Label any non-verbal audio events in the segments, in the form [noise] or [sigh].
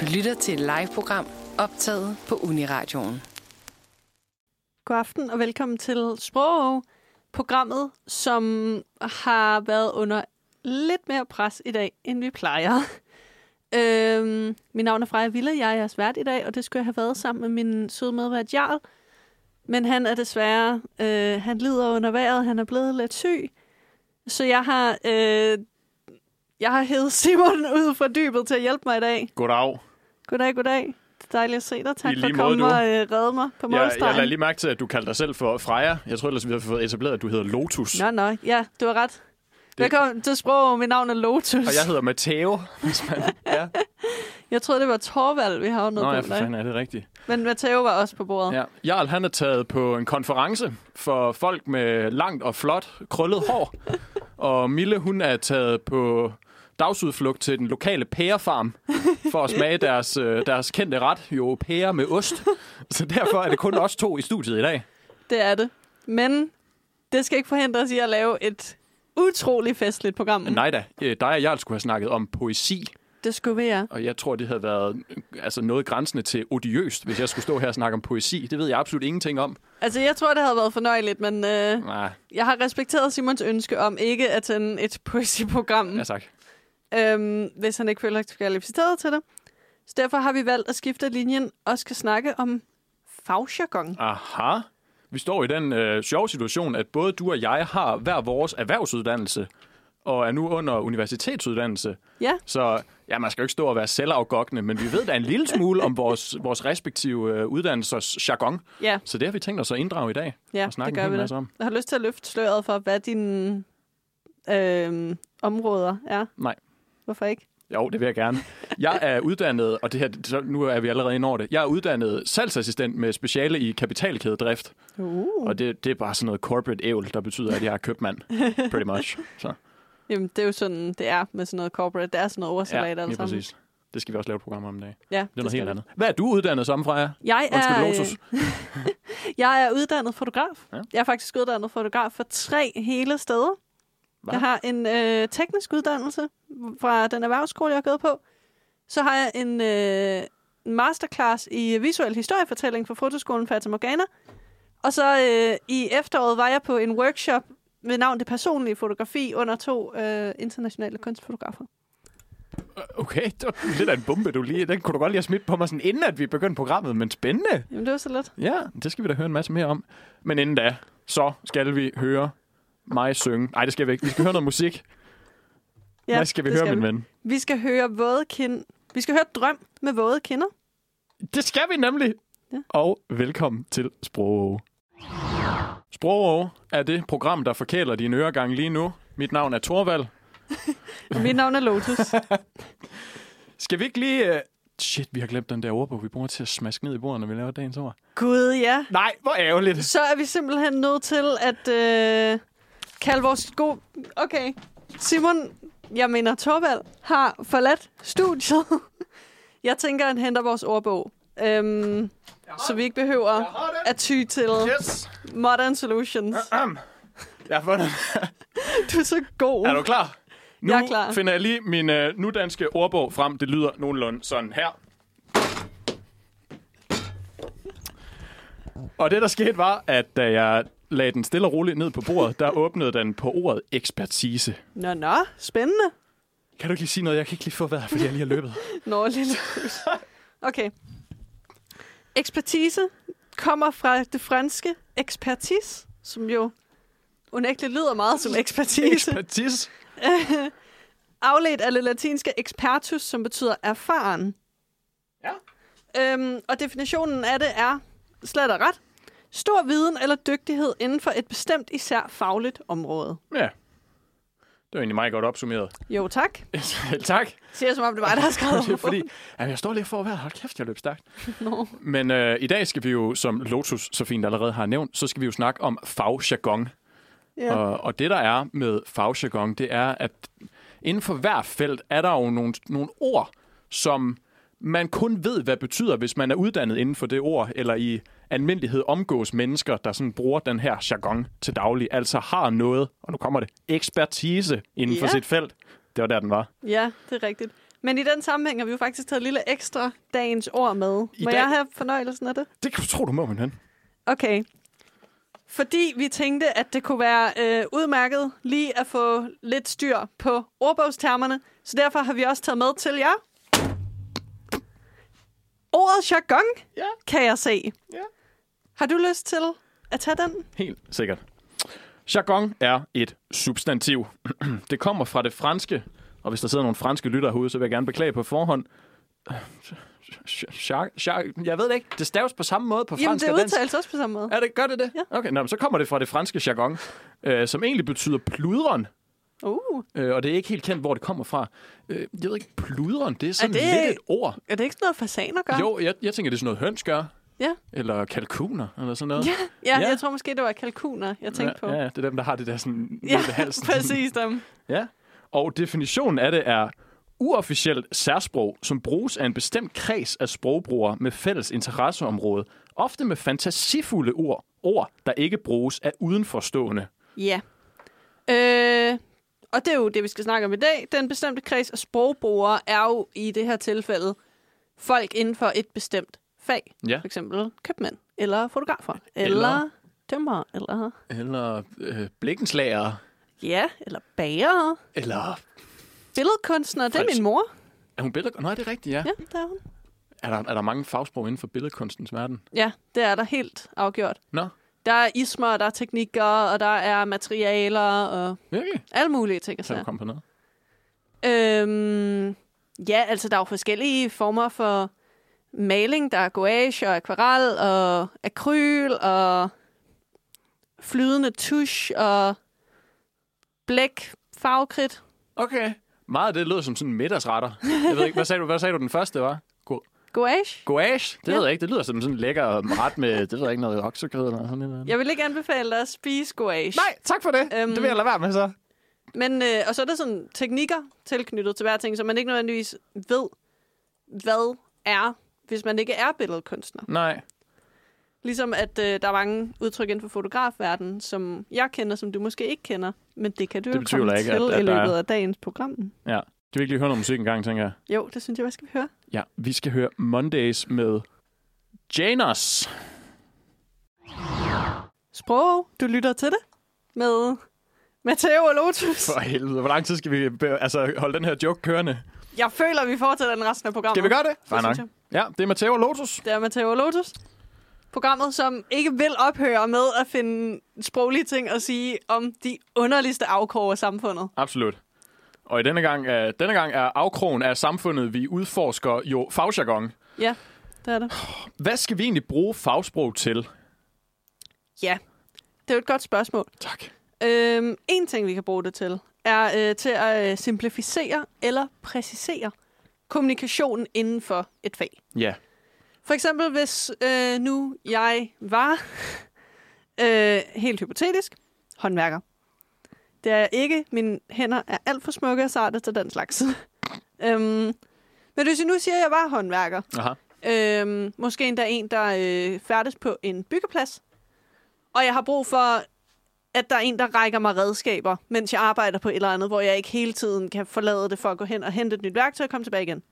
Du lytter til et live-program optaget på Uniradioen. God aften og velkommen til Sprog, programmet, som har været under lidt mere pres i dag, end vi plejer. øhm, mit navn er Freja Ville, jeg er jeres vært i dag, og det skulle jeg have været sammen med min søde medvært Jarl. Men han er desværre, øh, han lider under vejret, han er blevet lidt syg. Så jeg har, øh, jeg har hævet Simon [laughs] ud fra dybet til at hjælpe mig i dag. Goddag. Goddag, goddag. Det er dejligt at se dig. Tak I for at lige måde, komme du. og øh, redde mig på Jeg, jeg lader målstregen. lige mærke til, at du kalder dig selv for Freja. Jeg tror ellers, vi har fået etableret, at du hedder Lotus. Nå, nå. Ja, du har ret. Velkommen til sprog. Mit navn er Lotus. Og jeg hedder Matteo. hvis man- ja. Jeg troede, det var Torvald, vi har noget Nå ja, på for dig. fanden er det rigtigt. Men Matteo var også på bordet. Ja. Jarl, han er taget på en konference for folk med langt og flot krøllet hår. og Mille, hun er taget på dagsudflugt til den lokale pærefarm for at smage deres, øh, deres kendte ret, jo pære med ost. Så derfor er det kun os to i studiet i dag. Det er det. Men det skal ikke forhindre os i at lave et utrolig festligt program. Nej da, øh, dig og Jarl skulle have snakket om poesi. Det skulle vi, ja. Og jeg tror, det havde været øh, altså noget grænsende til odiøst, hvis jeg skulle stå her og snakke om poesi. Det ved jeg absolut ingenting om. Altså, jeg tror, det havde været fornøjeligt, men øh, Nej, jeg har respekteret Simons ønske om ikke at tænde et [laughs] poesiprogram. ja tak. øhm, hvis han ikke føler sig kvalificeret til det. Så derfor har vi valgt at skifte linjen og skal snakke om fagjargon. Ah. Aha. Vi står i den øh, sjove situation, at både du og jeg har hver vores erhvervsuddannelse, og er nu under universitetsuddannelse. Ja, Så ja, man skal jo ikke stå og være selvafgokkende, men vi ved da en lille smule om vores, vores respektive øh, uddannelsers jargon. ja, Så det har vi tænkt os at inddrage i dag ja og snakke det gør en hel vi da. masse om. Jeg har lyst til at løfte sløret for, hvad dine øhm, områder er. Nej. Hvorfor ikke? Jo, det vil jeg gerne. Jeg er uddannet, og det her, så nu er vi allerede inde over det, jeg er uddannet salgsassistent med speciale i kapitalkædedrift. Uh. Og det, det er bare sådan noget corporate ævl, der betyder, at jeg er købmand, pretty much. [laughs] Så, Jamen, det er jo sådan, det er med sådan noget corporate. Det er sådan noget oversalat ja, lige præcis. Det skal vi også lave et program om i dag. Det Ja, er noget skal helt vi. andet. Hvad er du uddannet som, Freja? Jeg Undskyld, er, øh, Lotus. [laughs] jeg er uddannet fotograf. Ja. Ja. Jeg er faktisk uddannet fotograf for tre hele steder. Hva? Jeg har en øh, teknisk uddannelse fra den erhvervsskole, jeg har gået på. Så har jeg en øh, en masterclass i visuel historiefortælling fra fotoskolen Fata Morgana. Og så øh, i efteråret var jeg på en workshop med navn Det Personlige Fotografi under to øh, internationale kunstfotografer. Uh, Okay, det var lidt af en bombe, du lige. Den kunne du godt lige have smidt på mig, sådan, inden at vi begyndte programmet, men spændende. Jamen, det var så let. Ja, det skal vi da høre en masse mere om. Men inden da, så skal vi høre mig synge. Nej, det skal vi ikke. Vi skal høre noget musik. Ja, Hvad skal vi det høre, min ven? Vi skal høre våde kind. Vi skal høre drøm med våde kinder. Det skal vi nemlig. Ja. Ja. Og velkommen til Sprogåge. Sprogåge er det program, der forkæler dine øregang lige nu. Mit navn er Torvald. Og mit navn er Lotus. Skal vi ikke lige... Uh... Shit, vi har glemt den der ordbog, vi bruger til at smaske ned i bordet, når vi laver dagens ord. Gud, ja. Nej, hvor ærgerligt. Så er vi simpelthen nødt til at øh, kalde vores gode... Okay. Simon, jeg mener Torvald, har forladt studiet. Jeg tænker, han henter vores ordbog. Øhm, så vi ikke behøver har at ty til Yes! Modern Solutions. Ahem. Jeg har fundet. Du er så god. Er du klar? Nu Jeg er klar. finder jeg lige min uh, nudanske ordbog frem. Det lyder nogenlunde sådan her. Og det, der skete, var, at da jeg lagde den stille og roligt ned på bordet, der åbnede den på ordet ekspertise. Nå, nå. Spændende. Kan du ikke lige sige noget? Jeg kan ikke lige få vejret, fordi jeg lige har løbet. Nå, lille Okay. Ekspertise kommer fra det franske expertise, som jo unægteligt lyder meget som ekspertise. Ekspertise? Afledt af det latinske expertus, som betyder erfaren. Ja. Øhm, og definitionen af det er slet og ret. Stor viden eller dygtighed inden for et bestemt især fagligt område. Ja. Det var egentlig meget godt opsummeret. [laughs] Jo, tak. tak. Siger som om det var, der har skrevet Det er [laughs] fordi, jamen, jeg står lige for vejret. Hold kæft, jeg løb stærkt. Nå. Men øh, i dag skal vi jo, som Lotus så fint allerede har nævnt, så skal vi jo snakke om fagjargon. [laughs] Ja. Og, og det, der er med fagjargon, det er, at inden for hver felt er der jo nogle, nogle ord, som man kun ved, hvad betyder, hvis man er uddannet inden for det ord, eller i almindelighed omgås mennesker, der sådan bruger den her jargon til daglig, altså har noget, og nu kommer det, ekspertise inden for Ja. sit felt. Det var der, den var. Ja, det er rigtigt. Men i den sammenhæng har vi jo faktisk taget et lille ekstra dagens ord med. I Må dag- jeg have fornøjelsen af det? Det kan du tro, du må, min ven. Okay. Fordi vi tænkte, at det kunne være øh, udmærket lige at få lidt styr på ordbogstermerne, så derfor har vi også taget med til jer. Ordet jargon Ja. kan jeg se. Ja. Har du lyst til at tage den? Helt sikkert. Jargon er et substantiv. [clears throat] Det kommer fra det franske, og hvis der sidder nogle franske lytter herude, så vil jeg gerne beklage på forhånd. Jar- jar- Jeg ved det ikke. Det staves på samme måde på Jamen, fransk det og dansk. udtales også på samme måde. Er det, gør det det? Ja. Okay, nå, men så kommer det fra det franske jargon, øh, som egentlig betyder pludren. Uh. Øh, og det er ikke helt kendt, hvor det kommer fra. Øh, jeg ved ikke, pludren, det er sådan det- lidt et ord. Er det ikke sådan noget fasaner gør? Jo, jeg, jeg tænker, det er sådan noget høns gør. Ja. Eller kalkuner, eller sådan noget. Ja, ja, Ja. jeg tror måske, det var kalkuner, jeg tænkte ja, på. Ja, det er dem, der har det der sådan ja nede ved halsen. [laughs] præcis dem. Ja. Og definitionen af det er uofficielt særsprog, som bruges af en bestemt kreds af sprogbrugere med fælles interesseområde, ofte med fantasifulde ord, ord, der ikke bruges af udenforstående. Ja. Øh, og det er jo det, vi skal snakke om i dag. Den bestemte kreds af sprogbrugere er jo i det her tilfælde folk inden for et bestemt fag. Ja. For eksempel købmænd, eller fotografer, eller, Eller- eller tømmer, eller, Eller øh, blikkenslagere, ja, eller bager, eller... billedkunstner. Det er Frels- min mor. Er hun billedkunst? Nej, det er rigtigt, ja. Ja, der er hun. Er, der, er der mange fagsprog inden for billedkunstens verden? Ja, det er der helt afgjort. Nå, Der er ismer, og der er teknikker, og der er materialer, og virkelig? alle mulige ting. og Så er du sager. kommet på noget. Øhm, ja, altså der er jo forskellige former for maling. Der er gouache og akvarel og akryl og flydende tusch og blæk, farvekridt. Okay. Meget af det lød som sådan middagsretter. Jeg ved ikke, hvad sagde du, hvad sagde du den første var? Go- Gouache? Gouache? Det Ja. ja. ved jeg ikke. Det lyder som sådan en lækker ret med, det ved jeg ikke, noget oksekød eller sådan noget. Jeg vil ikke anbefale dig at spise gouache. Nej, tak for det. Øhm. Øhm, det vil jeg lade være med så. Men, øh, og så er der sådan teknikker tilknyttet til hver ting, så man ikke nødvendigvis ved, hvad er, hvis man ikke er billedkunstner. Nej. Ligesom at øh, der er mange udtryk inden for fotografverdenen, som jeg kender, som du måske ikke kender. Men det kan du Det jo betvivler komme ikke, til at- at i der er- løbet af dagens program. Ja. Du vil ikke lige høre noget musik engang, tænker jeg. Jo, det synes jeg, hvad skal vi høre? Ja, vi skal høre Mondays med Janos. Sprog, du lytter til det med Matteo og Lotus. For helvede, hvor lang tid skal vi be- altså, holde den her joke kørende? Jeg føler, vi fortsætter den resten af programmet. Skal vi gøre det? Fair Det, nok. synes jeg. Ja, det er Matteo og Lotus. det er Matteo og Lotus. Programmet, som ikke vil ophøre med at finde sproglige ting og sige om de underligste afkår af samfundet. Absolut. Og i denne gang, uh, denne gang er afkrogen af samfundet, vi udforsker jo fagjargon. Ja, det er det. Hvad skal vi egentlig bruge fagsprog til? Ja, det er jo et godt spørgsmål. Tak. Øhm, en ting, vi kan bruge det til, er øh, til at øh, simplificere eller præcisere kommunikationen inden for et fag. Ja. For eksempel hvis øh, nu jeg var, [laughs] øh, helt hypotetisk, håndværker. Det er jeg ikke. Mine hænder er alt for smukke og sarte til den slags. [laughs] øhm, men hvis jeg nu siger, at jeg var håndværker, Aha. Øhm, måske endda en, der øh, færdes på en byggeplads. Og jeg har brug for, at der er en, der rækker mig redskaber, mens jeg arbejder på et eller andet, hvor jeg ikke hele tiden kan forlade det for at gå hen og hente et nyt værktøj og komme tilbage igen.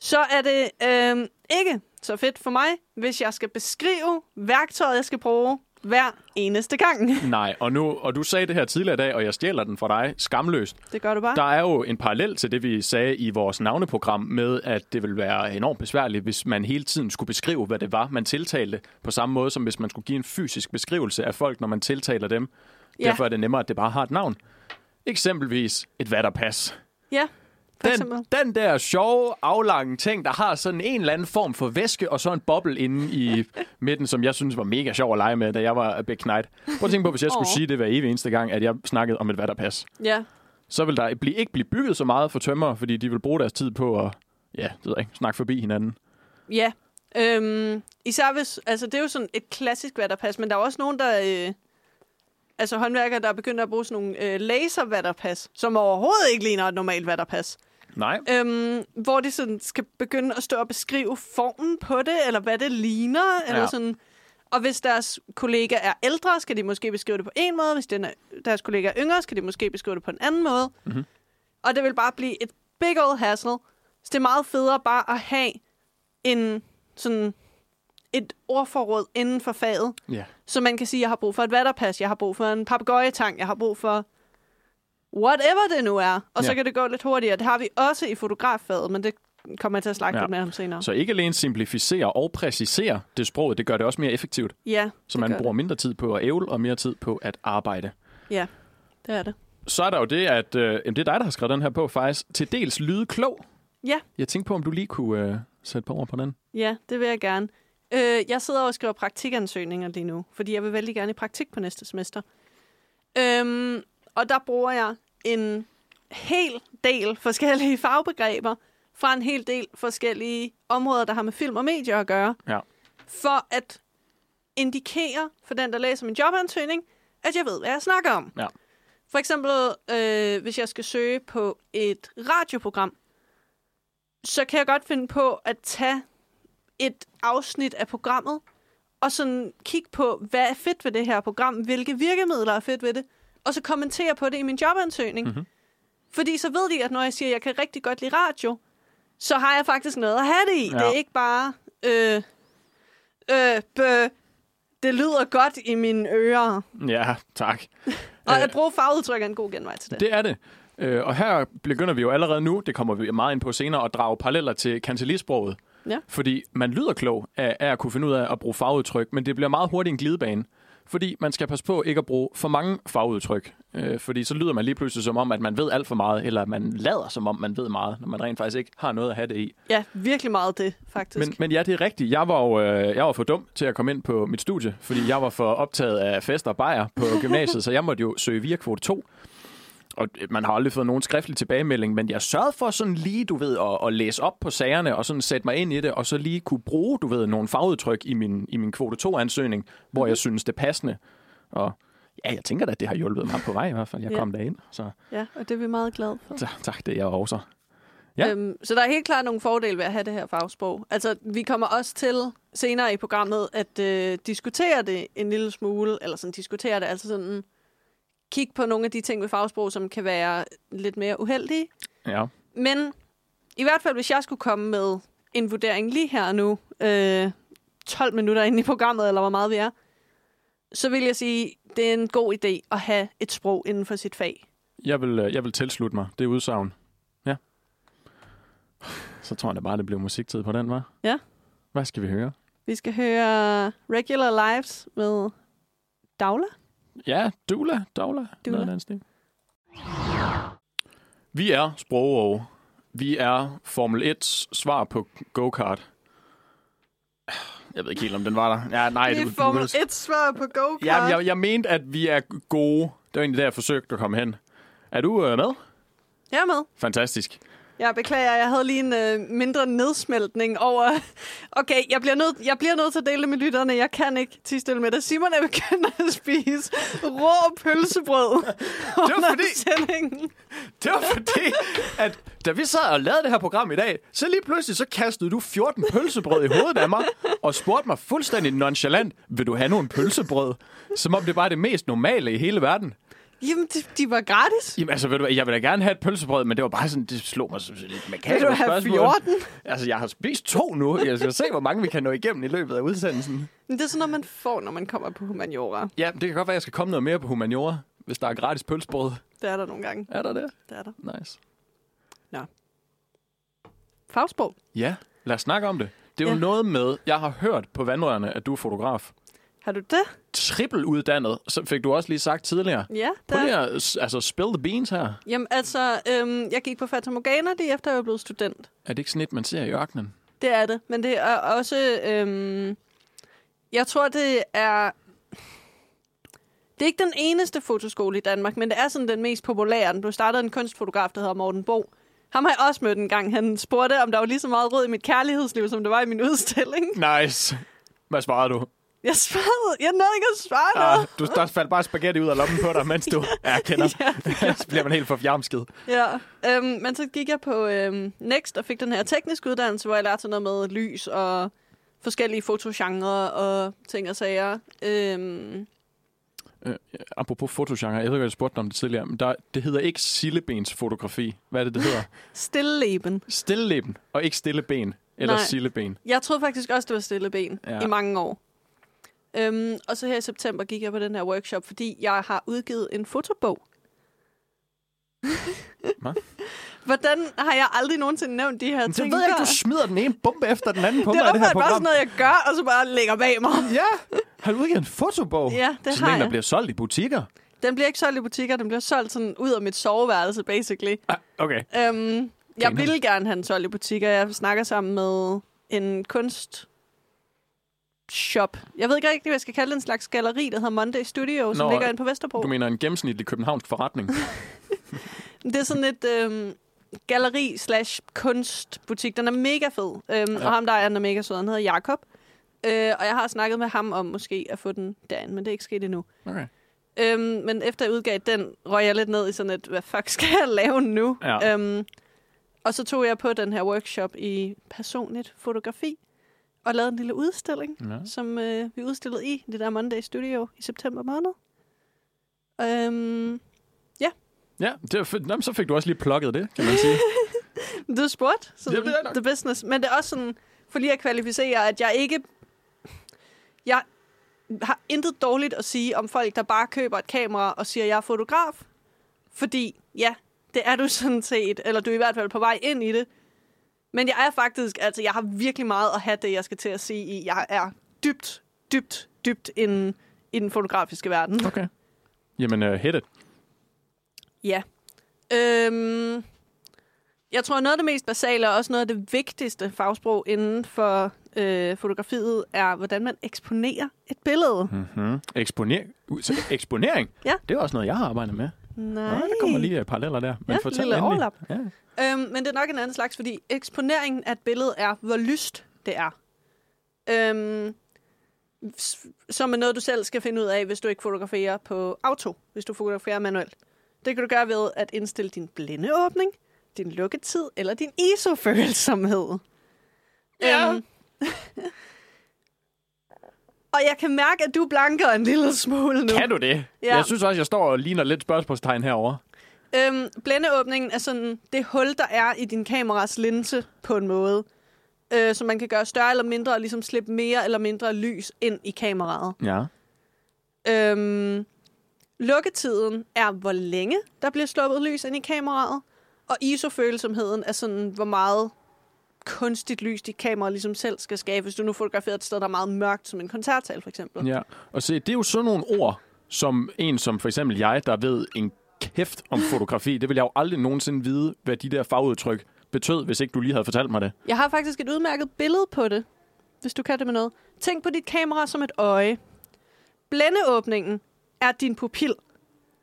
Så er det øhm, ikke så fedt for mig, hvis jeg skal beskrive værktøjet, jeg skal bruge hver eneste gang. Nej, og, nu, og du sagde det her tidligere i dag, og jeg stjæler den fra dig skamløst. Det gør du bare. Der er jo en parallel til det, vi sagde i vores navneprogram med, at det ville være enormt besværligt, hvis man hele tiden skulle beskrive, hvad det var, man tiltalte, på samme måde som hvis man skulle give en fysisk beskrivelse af folk, når man tiltaler dem. Ja. Ja. Derfor er det nemmere, at det bare har et navn. Eksempelvis et vatterpas. Ja, for eksempel. Den, den der sjove, aflange ting, der har sådan en eller anden form for væske, og så en boble inde [laughs] i midten, som jeg synes var mega sjov at lege med, da jeg var beknejt. Prøv at tænke på, hvis jeg skulle Åh. sige det hver evig eneste gang, at jeg snakkede om et vatterpas Ja, så vil der blive, ikke blive bygget så meget for tømmer, fordi de vil bruge deres tid på at ja, det ved jeg ikke, snakke forbi hinanden. Ja. Øhm, især hvis, altså det er jo sådan et klassisk vatterpas, men der er jo også nogen, der, øh, altså håndværkere, der er begyndt at bruge sådan nogle øh, laservatterpas, som overhovedet ikke ligner et normalt vatterpas. Nej, Øhm, hvor de sådan skal begynde at stå og beskrive formen på det, eller hvad det ligner, ja. eller Ja. sådan. Og hvis deres kollega er ældre, skal de måske beskrive det på en måde. Hvis den er, deres kollega er yngre, skal de måske beskrive det på en anden måde. Mm-hmm. Og det vil bare blive et big old hassle. Så det er meget federe bare at have en sådan et ordforråd inden for faget, Ja. så man kan sige, at jeg har brug for et vatterpas, jeg har brug for en papegøjetang, jeg har brug for whatever det nu er. Og ja. så Ja. kan det gå lidt hurtigere. Det har vi også i fotograffaget, men det kommer jeg til at snakke Ja. ja. lidt mere om senere. Så, Så ikke alene simplificere og præcisere det sproget, det gør det også mere effektivt. ja, Så det man gør bruger mindre tid på at ævle og mere tid på at arbejde. det. Ja, det er det. Så er der jo det, at øh, jamen, det er dig, der har skrevet den her på faktisk. Til dels lyde klog. Ja. Jeg tænkte på, om du lige kunne øh, sætte på ord på den. Ja, det vil jeg gerne. Øh, jeg sidder og skriver praktikansøgninger lige nu, fordi jeg vil vældig gerne i praktik på næste semester. Øhm, og der bruger jeg en hel del forskellige fagbegreber fra en hel del forskellige områder, der har med film og medier at gøre, Ja. for at indikere for den, der læser min jobansøgning, at jeg ved, hvad jeg snakker om. Ja. For eksempel, øh, hvis jeg skal søge på et radioprogram, så kan jeg godt finde på at tage et afsnit af programmet, og sådan kigge på, hvad er fedt ved det her program, hvilke virkemidler er fedt ved det, og så kommentere på det i min jobansøgning. Mhm. Mm-hmm. Fordi så ved de, at når jeg siger, at jeg kan rigtig godt lide radio, så har jeg faktisk noget at have det i. Ja. Ja. Det er ikke bare, øh, øh, bøh, det lyder godt i mine ører. Ja, tak. Og Øh, at bruge farveudtryk er en god genvej til det. Det er det. Øh, og her begynder vi jo allerede nu, det kommer vi meget ind på senere, at drage paralleller til kancelisproget. Ja. Fordi man lyder klog af, af at kunne finde ud af at bruge fagudtryk, men det bliver meget hurtigt en glidebane. Fordi man skal passe på ikke at bruge for mange fagudtryk. Øh, fordi så lyder man lige pludselig som om, at man ved alt for meget, eller at man lader som om, man ved meget, når man rent faktisk ikke har noget at have det i. Ja, virkelig meget det, faktisk. Men, men ja, det er rigtigt. Jeg var jo øh, jeg var for dum til at komme ind på mit studie, fordi jeg var for optaget af fester og bajer [laughs] på gymnasiet, så jeg måtte jo søge via kvote 2. Og øh, man har aldrig fået nogen skriftlig tilbagemelding, men jeg sørgede for sådan lige, du ved, at, at læse op på sagerne og sådan sætte mig ind i det, og så lige kunne bruge, du ved, nogle fagudtryk i min, i min kvote 2-ansøgning, hvor Mhm. jeg synes, det er passende. Og ja, jeg tænker da, at det har hjulpet mig på vej i hvert fald. Jeg Ja. kom derind, så Ja, og det er vi meget glade for. så- tak, det er jeg også. Ja. Øhm, så der er helt klart nogle fordele ved at have det her fagsprog. Altså, vi kommer også til senere i programmet at øh, diskutere det en lille smule, eller sådan diskutere det, altså sådan kigge på nogle af de ting ved fagsprog, som kan være lidt mere uheldige. Ja. Men i hvert fald, hvis jeg skulle komme med en vurdering lige her og nu, øh, 12 minutter inde i programmet, eller hvor meget vi er, så vil jeg sige, det er en god idé at have et sprog inden for sit fag. Jeg vil, øh, jeg vil tilslutte mig det udsagn. Ja. Så tror jeg da bare, det blev musiktid på den, var. Ja. Hvad skal vi høre? Vi skal høre Regular Lives med Dagla. Ja, Dula. Dula. Dula. Noget af den stil. Vi er sprogov. Vi er Formel 1 svar på go-kart. Jeg ved ikke helt, om den var der. Ja, nej, Det du- er du- Formel 1-svar på go-kart. Ja, jeg, jeg mente, at vi er gode. Det var egentlig der, jeg forsøgte at komme hen. Er du øh, med? jeg er med. Fantastisk. Jeg beklager, jeg havde lige en øh, mindre nedsmeltning over... Okay, jeg bliver, nødt, jeg bliver nødt til at dele det med lytterne. Jeg kan ikke tige stille med det. Simon er begyndt at spise rå [laughs] pølsebrød det under fordi- sendingen. [laughs] Det var fordi, at da vi sad og lavede det her program i dag, så lige pludselig så kastede du 14 pølsebrød i hovedet af mig, og spurgte mig fuldstændig nonchalant, vil du have nogle pølsebrød? Som om det bare er det mest normale i hele verden. Jamen, de, de var gratis. Jamen altså, ved du hvad, jeg vil da gerne have et pølsebrød, men det var bare sådan, det slog mig som sådan lidt makabre Vil du have spørgsmål. 14? Altså, jeg har spist to nu. Jeg skal se, hvor mange vi kan nå igennem i løbet af udsendelsen. Men det er sådan noget, man får, når man kommer på humaniora. Ja, det kan godt være, at jeg skal komme noget mere på humaniora, hvis der er gratis pølsebrød. Det er der nogle gange. Er der det? Det er der. Nice. Fagsprog. Ja, lad os snakke om det. Det er jo Ja. noget med, jeg har hørt på vandrørene, at du er fotograf. Har du det? trippeluddannet, så fik du også lige sagt tidligere. Ja, det Prøv er lige at s- altså, spill the beans her. Jamen altså, øhm, jeg gik på Fata Morgana lige efter, jeg var blevet student. Er det ikke sådan et, man ser i ørkenen? Det er det. Men det er også... Øhm, jeg tror, det er... Det er ikke den eneste fotoskole i Danmark, men det er sådan den mest populære. Den blev startet af en kunstfotograf, der hedder Morten Bo. Ham har jeg også mødt en gang. Han spurgte, om der var lige så meget rød i mit kærlighedsliv, som der var i min udstilling. [laughs] Nice. Hvad svarede du? Ah, Jeg svarede. Jeg nåede ikke at svare noget. du der faldt bare spaghetti ud af lommen på [laughs] dig, mens du erkender. Ja, [laughs] så bliver man helt forfjamsket. Ja, øhm, men så gik jeg på øhm, Next og fik den her tekniske uddannelse, hvor jeg lærte sådan noget med lys og forskellige fotogenre og ting og sager. Øhm, Øh, apropos fotogenre, jeg ved godt, jeg spurgte dig om det tidligere, men der, det hedder ikke sillebensfotografi. Hvad er det, det hedder? Stilleben. Stilleben, og ikke stilleben, eller Nej. silleben. Jeg troede faktisk også, det var stille ben Ja. ja. i mange år. Øhm, og så her i september gik jeg på den her workshop, fordi jeg har udgivet en fotobog. Hvad? [laughs] Hvordan har jeg aldrig nogensinde nævnt de her Men det ting? ved jeg ikke, før? du smider den ene bombe efter den anden på det mig er i det her åbenbart bare program. sådan noget, jeg gør, og så bare lægger bag mig. Ja, har du udgivet en fotobog? Ja, det Sådan har en, der jeg. bliver solgt i butikker. Den bliver ikke solgt i butikker, den bliver solgt sådan ud af mit soveværelse, basically. Ah, okay. Øhm, jeg Genialt. ville gerne have den solgt i butikker. Jeg snakker sammen med en kunst shop. Jeg ved ikke rigtig, hvad jeg skal kalde det. En slags galleri, der hedder Monday Studio, Nå, som Nå, øh, ligger inde på Vesterbro. Du mener en gennemsnitlig københavnsk forretning. Det er sådan et øhm, galleri slash kunstbutik. Den er mega fed. Øhm, Ja. ja. Og ham, der er den, er mega sød. Han hedder Jakob. Øh, og jeg har snakket med ham om måske at få den derind, men det er ikke sket endnu. [laughs] Okay. Øhm, men efter jeg udgav den, røg jeg lidt ned i sådan et, hvad fuck skal jeg lave nu? Ja. Øhm, og så tog jeg på den her workshop i personligt fotografi, og lavede en lille udstilling, Ja. som øh, vi udstillede i det der Monday Studio i september måned. Øhm, Ja, det var fedt. Nå, men så fik du også lige plukket det, [laughs] kan man sige. du spurgte, sådan, Jamen, det er nok. the business. Men det er også sådan, for lige at kvalificere, at jeg ikke... Jeg har intet dårligt at sige om folk, der bare køber et kamera og siger, jeg er fotograf. Fordi, ja, det er du sådan set, eller du er i hvert fald på vej ind i det. Men jeg er faktisk, altså jeg har virkelig meget at have det, jeg skal til at sige i. Jeg er dybt, dybt, dybt inden i den fotografiske verden. Okay. Jamen, uh, hit it. Ja. Øhm, jeg tror, noget af det mest basale og også noget af det vigtigste fagsprog inden for øh, fotografiet er, hvordan man eksponerer et billede. Hmm. Mm-hmm. Eksponer- u- så eksponering? Ja. Det er også noget, jeg har arbejdet med. Nej. Nej. der kommer lige øh, paralleller der. Men Ja, fortæl lille endelig. overlap. Ja. Øhm, men det er nok en anden slags, fordi eksponeringen af et billede er, hvor lyst det er. Øhm, s- som er noget, du selv skal finde ud af, hvis du ikke fotograferer på auto, hvis du fotograferer manuelt. Det kan du gøre ved at indstille din blændeåbning, din lukketid eller din ISO-følsomhed. Ja. [laughs] Øhm, og jeg kan mærke, at du blanker en lille smule nu. Kan du det? Ja. Jeg synes også, jeg står og ligner lidt spørgsmålstegn herover. Øhm, blændeåbningen er sådan det hul, der er i din kameras linse på en måde. Øh, så man kan gøre større eller mindre og ligesom slippe mere eller mindre lys ind i kameraet. Ja. Øhm, lukketiden er, hvor længe der bliver sluppet lys ind i kameraet. Og ISO-følsomheden er sådan, hvor meget kunstigt lys dit kamera ligesom selv skal skabe. Hvis du nu fotograferer et sted, der er meget mørkt, som en koncertsal for eksempel. ja. Og se, det er jo sådan nogle ord, som en som for eksempel jeg, der ved en kæft om fotografi, det vil jeg jo aldrig nogensinde vide, hvad de der fagudtryk betød, hvis ikke du lige havde fortalt mig det. Jeg har faktisk et udmærket billede på det, hvis du kan det med noget. Tænk på dit kamera som et øje. Blændeåbningen er din pupil.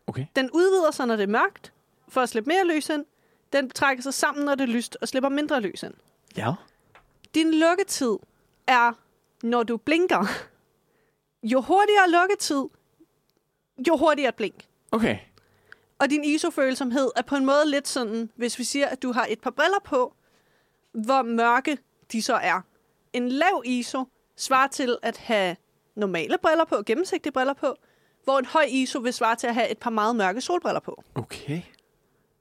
Okay. Den udvider sig, når det er mørkt, for at slippe mere lys ind. Den trækker sig sammen, når det er lyst, og slipper mindre lys ind. Ja. Din lukketid er, når du blinker. Jo hurtigere lukketid, jo hurtigere et blink. Okay. Og din ISO-følsomhed er på en måde lidt sådan, hvis vi siger, at du har et par briller på, hvor mørke de så er. En lav ISO svarer til at have normale briller på, gennemsigtige briller på, hvor en høj ISO vil svare til at have et par meget mørke solbriller på. Okay.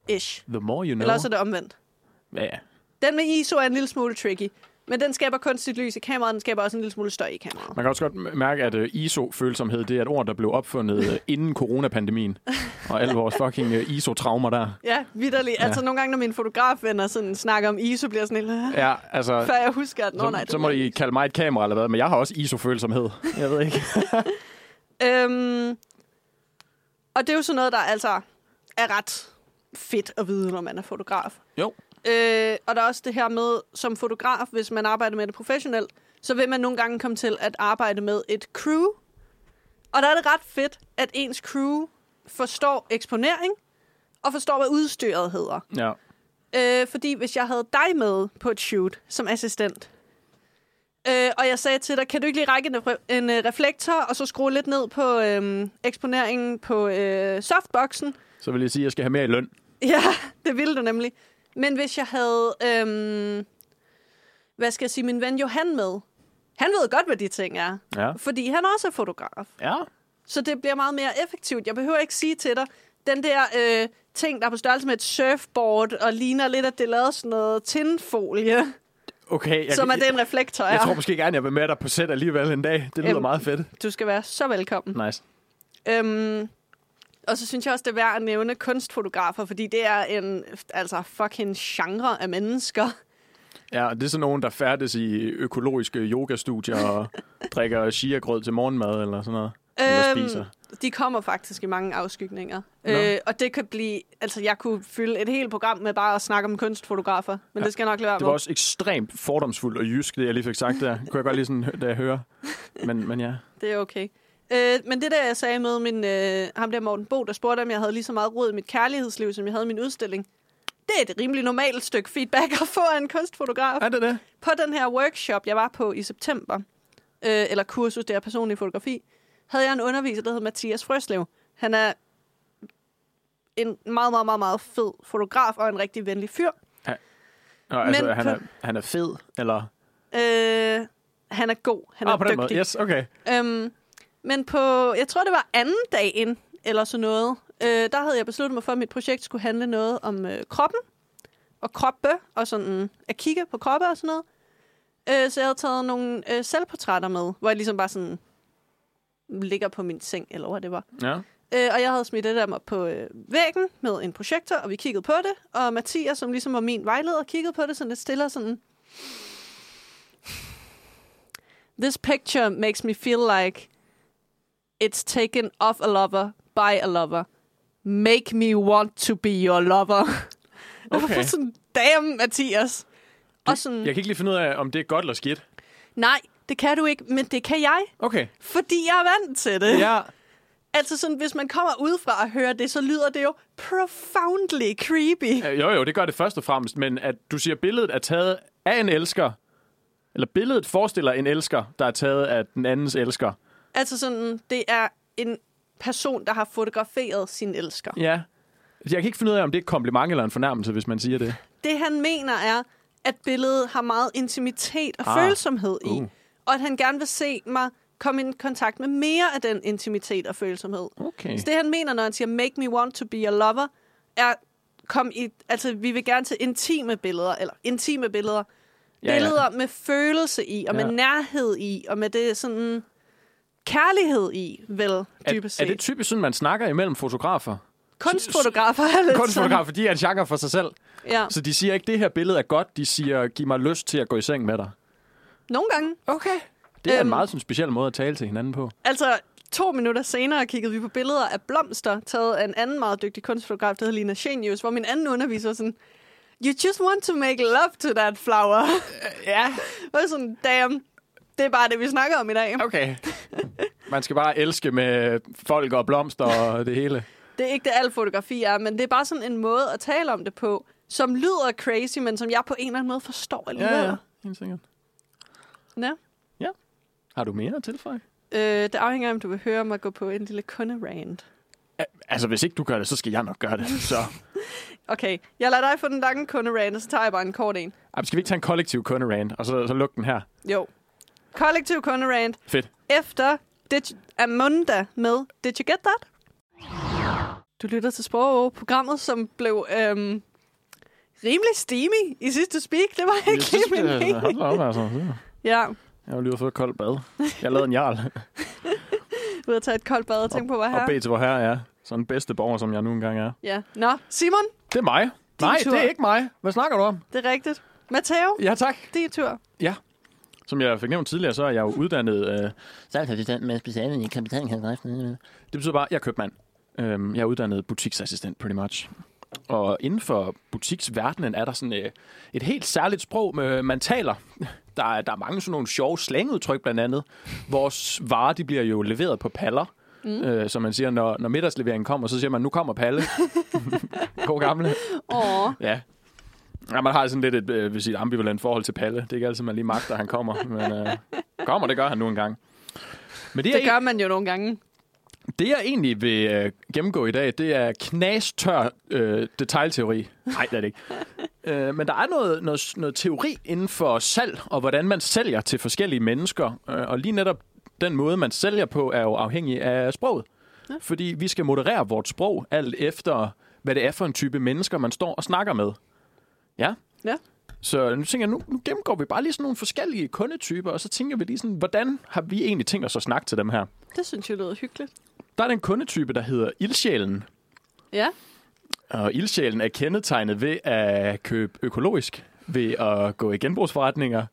Ish. The more you know. Eller også er det omvendt. Ja, ja. Den med ISO er en lille smule tricky, men den skaber kunstigt lys i kameraet, og den skaber også en lille smule støj i kameraet. Man kan også godt m- mærke, at øh, ISO-følsomhed, det er et ord, der blev opfundet [laughs] øh, inden coronapandemien. Og alle vores fucking øh, ISO-traumer der. Ja, vidderligt. Ja. Altså nogle gange, når mine fotografvenner sådan snakker om ISO, bliver jeg sådan lidt... Ja, altså... Før jeg husker, at... Nå, så, nej, det så må var I kalde mig et kamera eller hvad, men jeg har også ISO-følsomhed. Jeg ved ikke. Øhm, og det er jo sådan noget, der altså er ret fedt at vide, når man er fotograf. Jo. Øh, og der er også det her med, som fotograf, hvis man arbejder med det professionelt, så vil man nogle gange komme til at arbejde med et crew. Og der er det ret fedt, at ens crew forstår eksponering og forstår, hvad udstyret hedder. Ja. Øh, fordi hvis jeg havde dig med på et shoot som assistent, øh, og jeg sagde til dig, kan du ikke lige række en, re- en øh, reflektor, og så skrue lidt ned på øh, eksponeringen på øh, softboxen? Så vil jeg sige, at jeg skal have mere i løn. [laughs] Ja, det ville du nemlig. Men hvis jeg havde, øh, hvad skal jeg sige, min ven Johan med, han ved godt, hvad de ting er, Ja. fordi han også er fotograf. Ja. Så det bliver meget mere effektivt. Jeg behøver ikke sige til dig, den der øh, ting, der er på størrelse med et surfboard, og ligner lidt, at det er lavet sådan noget tinfolie, Okay, jeg, [laughs] som er jeg, den reflektor jeg er. tror måske gerne, jeg vil med dig på sæt alligevel en dag. Det lyder Jamen. meget fedt. Du skal være så velkommen. Nice. Øhm, og så synes jeg også, det er værd at nævne kunstfotografer, fordi det er en altså fucking genre af mennesker. Ja, og det er sådan nogen, der færdes i økologiske yogastudier [laughs] og drikker chia-grød til morgenmad eller sådan noget. Eller Øhm. spiser. de kommer faktisk i mange afskygninger. Nå. Øh, og det kan blive... Altså, jeg kunne fylde et helt program med bare at snakke om kunstfotografer, men ja, det skal jeg nok lade være Det med. var også ekstremt fordomsfuldt og jysk, det jeg lige fik sagt der. Kunne jeg godt lige sådan, hø- da jeg hører. Men, men ja. Det er okay. Øh, men det der, jeg sagde med min, øh, ham der Morten Bo, der spurgte, om jeg havde lige så meget rod i mit kærlighedsliv, som jeg havde i min udstilling. Det er et rimelig normalt stykke feedback at få af en kunstfotograf. Er det det? på den her workshop, jeg var på i september, øh, eller kursus, det er personlig fotografi, havde jeg en underviser, der hed Mathias Frøslev. Han er en meget, meget, meget, meget fed fotograf og en rigtig venlig fyr. Nå, altså, Men han, på- er, han er fed, eller? Øh, han er god. Han er ah, på den dygtig. måde. Yes, okay. Øhm, men på, jeg tror det var anden dagen, eller sådan noget, øh, der havde jeg besluttet mig for, at mit projekt skulle handle noget om øh, kroppen, og kroppe, og sådan at kigge på kroppe og sådan noget. Øh, så jeg havde taget nogle øh, selvportrætter med, hvor jeg ligesom bare sådan ligger på min seng, eller hvad det var. Ja. Øh, og jeg havde smidt det der mig på øh, væggen med en projektor, og vi kiggede på det. Og Mathias, som ligesom var min vejleder, kiggede på det sådan lidt stille og sådan... This picture makes me feel like it's taken off a lover by a lover. Make me want to be your lover. [laughs] Okay. Jeg var Okay. sådan, damn, Mathias. Og sådan, Jeg kan ikke lige finde ud af, om det er godt eller skidt. nej, det kan du ikke, men det kan jeg, Okay. fordi jeg er vant til det. Ja. Altså sådan, hvis man kommer udefra og hører det, så lyder det jo profoundly creepy. Øh, Jo, jo, det gør det først og fremmest, men at du siger, at billedet er taget af en elsker, eller billedet forestiller en elsker, der er taget af den andens elsker. Altså sådan, det er en person, der har fotograferet sin elsker. Ja. Jeg kan ikke finde ud af, om det er et kompliment eller en fornærmelse, hvis man siger det. Det han mener er, at billedet har meget intimitet og Ah. ah. følsomhed i. Uh. Og at han gerne vil se mig komme i kontakt med mere af den intimitet og følsomhed. Okay. Så det han mener, når han siger, make me want to be a lover, er, kom i, altså vi vil gerne til intime billeder, eller intime billeder, Ja, ja. billeder med følelse i, og ja. Ja. med nærhed i, og med det sådan kærlighed i, vel, dybest Er, set. er det typisk sådan, man snakker imellem fotografer? Kunstfotografer er lidt Kunstfotografer, de er en genre for sig selv. sådan. Ja. Så de siger ikke, det her billede er godt. De siger, giv mig lyst til at gå i seng med dig. Nogle gange. Okay. Det er en Øhm. meget sådan, speciel måde at tale til hinanden på. Altså, to minutter senere kiggede vi på billeder af blomster, taget af en anden meget dygtig kunstfotograf, der hedder Lina Genius, hvor min anden underviser var sådan, You just want to make love to that flower. [laughs] Ja, Og jeg var sådan, damn, det er bare det, vi snakker om i dag. okay. Man skal bare elske med folk og blomster og det hele. Det er ikke det, al fotografi er, men det er bare sådan en måde at tale om det på, som lyder crazy, men som jeg på en eller anden måde forstår alligevel. Ja, ja. Helt sikkert. ja. Har du mere at tilføje? Øh, det afhænger af, om du vil høre mig gå på en lille kunderand. Altså, hvis ikke du gør det, så skal jeg nok gøre [laughs] det. Så. Okay, jeg lader dig få den lange kunderand, og så tager jeg bare en kort en. Ej, men skal vi ikke tage en kollektiv kunderand, og så, så lukke den her? Jo. Kollektiv kunderand Fedt. efter Did Amanda med Did You Get That? Du lytter til Sprog, programmet, som blev øhm, rimelig steamy i sidste speak. Det var ikke lige min mening. hold op, altså. Ja, Jeg har jo lige fået et koldt bad. Jeg lavede en [laughs] jarl ud at tage et koldt bad og tænke på, hvad og her. bedt til, hvor her er. Sådan en bedste borger, som jeg nu engang er. Ja. Nå, Simon, Det er mig. Din Nej, tur. det er ikke mig. Hvad snakker du om? det er rigtigt. Matteo, Ja, tak. din tur. Som jeg fik nævnt tidligere, så er jeg jo uddannet... Øh, Salgsassistent med speciale i kapitalen. det betyder bare, at jeg er købmand. Øhm, jeg er uddannet butiksassistent, pretty much. Og inden for butiksverdenen er der sådan øh, et helt særligt sprog, med, øh, man taler. Der er, der er mange sådan nogle sjove slangudtryk, blandt andet. Vores varer, de bliver jo leveret på paller. Mm. Øh, så man siger, når, når middagsleveringen kommer, så siger man, nu kommer [laughs] palle. God gamle. Åh, Ja. ja man har sådan lidt et, øh, vil sige, et ambivalent forhold til Palle. Det er ikke altid, man lige magter, at han kommer. Men øh, kommer, det gør han nu engang. Men det, det jeg, gør man jo nogle gange. det, jeg egentlig vil øh, gennemgå i dag, det er knastør øh, detaljteori. Nej, det er det ikke. Øh, men der er noget, noget, noget teori inden for salg, og hvordan man sælger til forskellige mennesker. Øh, og lige netop den måde, man sælger på, er jo afhængig af sproget. Ja. Fordi vi skal moderere vort sprog alt efter, hvad det er for en type mennesker, man står og snakker med. Ja? Ja. Så nu tænker jeg, nu, nu gennemgår vi bare lige sådan nogle forskellige kundetyper, og så tænker vi lige sådan, hvordan har vi egentlig tænkt os at snakke til dem her? Det synes jeg lyder hyggeligt. Der er den kundetype, der hedder ildsjælen. Ja. Og ildsjælen er kendetegnet ved at købe økologisk, ved at gå i genbrugsforretninger,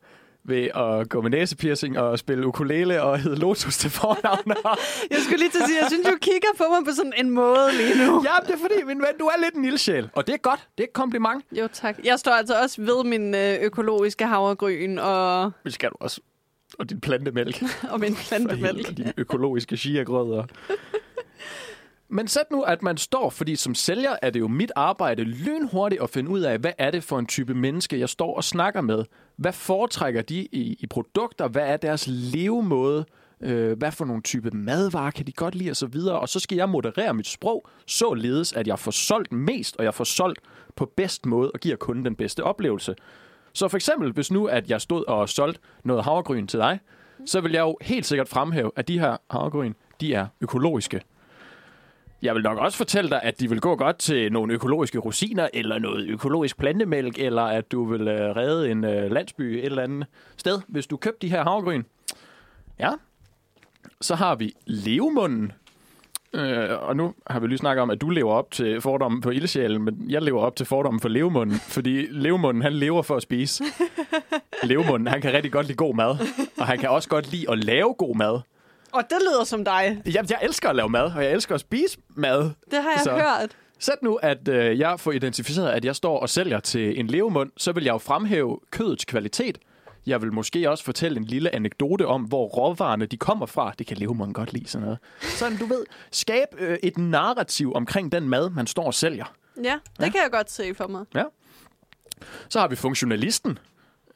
ved at gå med næsepiercing og spille ukulele og hedde Lotus til fornavn. Jeg skulle lige til at sige, jeg synes, du kigger på mig på sådan en måde lige nu. [laughs] ja, det er fordi, min ven, du er lidt en ildsjæl. Og det er godt. Det er et kompliment. Jo, tak. Jeg står altså også ved min øh, økologiske havregryn og, Det skal du også. Og din plantemælk. og min plantemælk. Og dine økologiske chiagrødder. Men sæt nu, at man står, fordi som sælger er det jo mit arbejde lynhurtigt at finde ud af, hvad er det for en type menneske, jeg står og snakker med. Hvad foretrækker de i, i produkter? Hvad er deres levemåde? Øh, hvad for nogle type madvarer kan de godt lide osv.? Og, så videre. og så skal jeg moderere mit sprog, således at jeg får solgt mest, og jeg får solgt på bedst måde og giver kunden den bedste oplevelse. Så for eksempel, hvis nu at jeg stod og solgte noget havregryn til dig, så vil jeg jo helt sikkert fremhæve, at de her havregryn, de er økologiske. Jeg vil nok også fortælle dig, at de vil gå godt til nogle økologiske rosiner, eller noget økologisk plantemælk, eller at du vil øh, redde en øh, landsby et eller andet sted, hvis du købte de her havregryn. Ja. Så har vi levemunden. Øh, og nu har vi lige snakket om, at du lever op til fordommen på ildsjælen, men jeg lever op til fordommen for levemunden, [laughs] fordi levemunden, han lever for at spise. levemunden, han kan rigtig godt lide god mad, og han kan også godt lide at lave god mad. Og det lyder som dig. Jamen, jeg elsker at lave mad, og jeg elsker at spise mad. Det har jeg Så. så. hørt. Sæt nu, at øh, jeg får identificeret, at jeg står og sælger til en levemund, så vil jeg jo fremhæve kødets kvalitet. Jeg vil måske også fortælle en lille anekdote om, hvor råvarerne de kommer fra. Det kan levemunden godt lide, sådan noget. Sådan, du ved, skab øh, et narrativ omkring den mad, man står og sælger. Ja, det ja. kan jeg godt se for mig. Ja. Så har vi funktionalisten.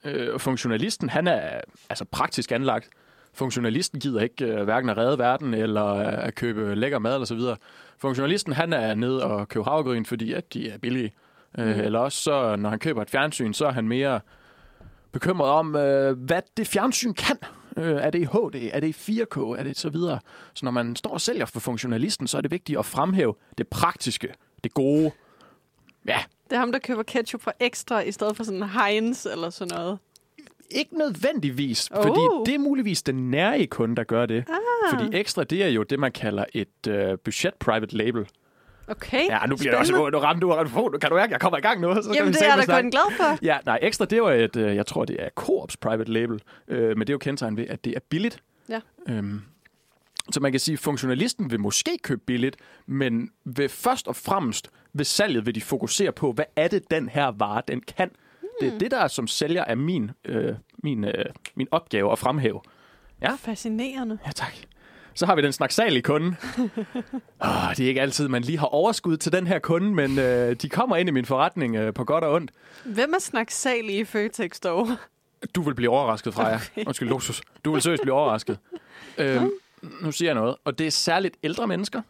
Øh, og funktionalisten, han er altså praktisk anlagt. Funktionalisten gider ikke øh, hverken at redde verden eller øh, at købe lækker mad eller så videre. Funktionalisten, han er nede og køber havregryn, fordi at de er billige. Øh, Eller også, så, når han køber et fjernsyn, så er han mere bekymret om, øh, hvad det fjernsyn kan. Øh, er det i HD? Er det i 4K? Er det så videre? Så når man står og sælger for funktionalisten, så er det vigtigt at fremhæve det praktiske, det gode. Ja, Det er ham, der køber ketchup fra ekstra, i stedet for sådan Heinz eller sådan noget. Ikke nødvendigvis, Oh. oh. fordi det er muligvis den nære kunde, der gør det. Ah. Fordi ekstra, det er jo det, man kalder et øh, budget private label. Okay, Ja, nu bliver det også... spændende. Nu ramte du ramte på. Kan du mærke, jeg kommer i gang nu? Så skal Jamen, vi det se, er hvad jeg da snakker. kun glad for. Ja, nej, ekstra, det var et, øh, jeg tror, det er Coops private label. Øh, men det er jo kendetegnet ved, at det er billigt. Ja. Øhm, så man kan sige, at funktionalisten vil måske købe billigt, men vil først og fremmest ved salget vil de fokusere på, hvad er det, den her vare, den kan. Mm. Det er det, der er som sælger af min, øh, min, øh, min opgave at fremhæve. Fascinerende. Ja, tak. Så har vi den snaksalige [laughs] kunde. oh, det er ikke altid, man lige har overskud til den her kunde, men øh, de kommer ind i min forretning øh, på godt og ondt. Hvem er snaksalig i Føtex dog? Du vil blive overrasket, Freja. Undskyld, Lotus. Du vil seriøst blive overrasket. [laughs] øhm, nu siger jeg noget, og det er særligt ældre mennesker,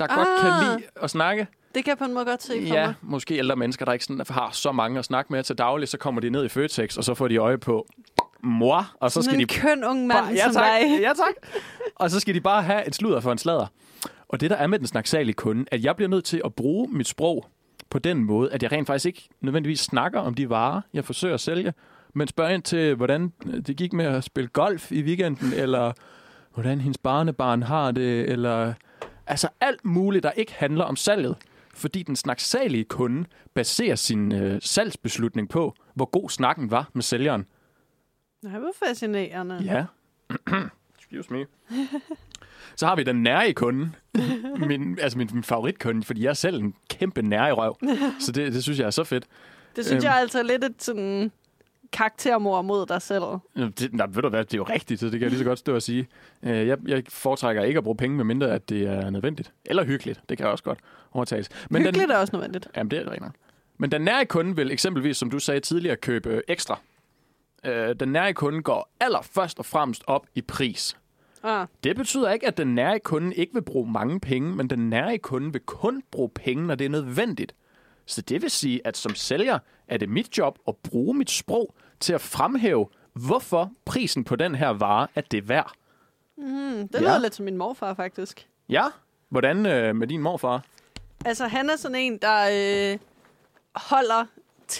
der ah. godt kan Ah. lide at snakke. Det kan jeg på en måde godt se for Ja, mig. måske ældre mennesker, der ikke sådan, har så mange at snakke med til daglig, så kommer de ned i Føtex, og så får de øje på mor, og så skal sådan de en køn ung mand bare, bare, ja, som tak, dig. ja tak. [laughs] Og så skal de bare have et sludder for en sladder. Og det, der er med den snaksalige kunde, at jeg bliver nødt til at bruge mit sprog på den måde, at jeg rent faktisk ikke nødvendigvis snakker om de varer, jeg forsøger at sælge, men spørger ind til, hvordan det gik med at spille golf i weekenden, eller hvordan hendes barnebarn har det, eller altså alt muligt, der ikke handler om salget. Fordi den snaksalige kunde baserer sin øh, salgsbeslutning på, hvor god snakken var med sælgeren. Nej, hvor fascinerende. Ja. [clears throat] Excuse me. Så har vi den nære kunde. Min, altså min, min favoritkunde, fordi jeg er selv en kæmpe nære røv. Så det, det synes jeg er så fedt. Det synes Øhm. jeg er altså lidt et sådan karaktermor mod dig selv. Nå, Det, nej, ved du hvad, det er jo rigtigt, så det kan jeg lige så godt stå og sige. Øh, Jeg, jeg foretrækker ikke at bruge penge, medmindre at det er nødvendigt. Eller hyggeligt, det kan også godt overtages. Men Hyggeligt er også nødvendigt. Jamen, det er det rigtigt. Men den nære kunde vil eksempelvis, som du sagde tidligere, købe øh, ekstra. Øh, Den nære kunde går allerførst og fremmest op i pris. Ah, Det betyder ikke, at den nære kunde ikke vil bruge mange penge, men den nære kunde vil kun bruge penge, når det er nødvendigt. Så det vil sige, at som sælger er det mit job at bruge mit sprog til at fremhæve, hvorfor prisen på den her vare er det værd. Mm, det ja. Ja. lyder lidt som min morfar, faktisk. Ja? Hvordan øh, med din morfar? Altså, han er sådan en, der øh, holder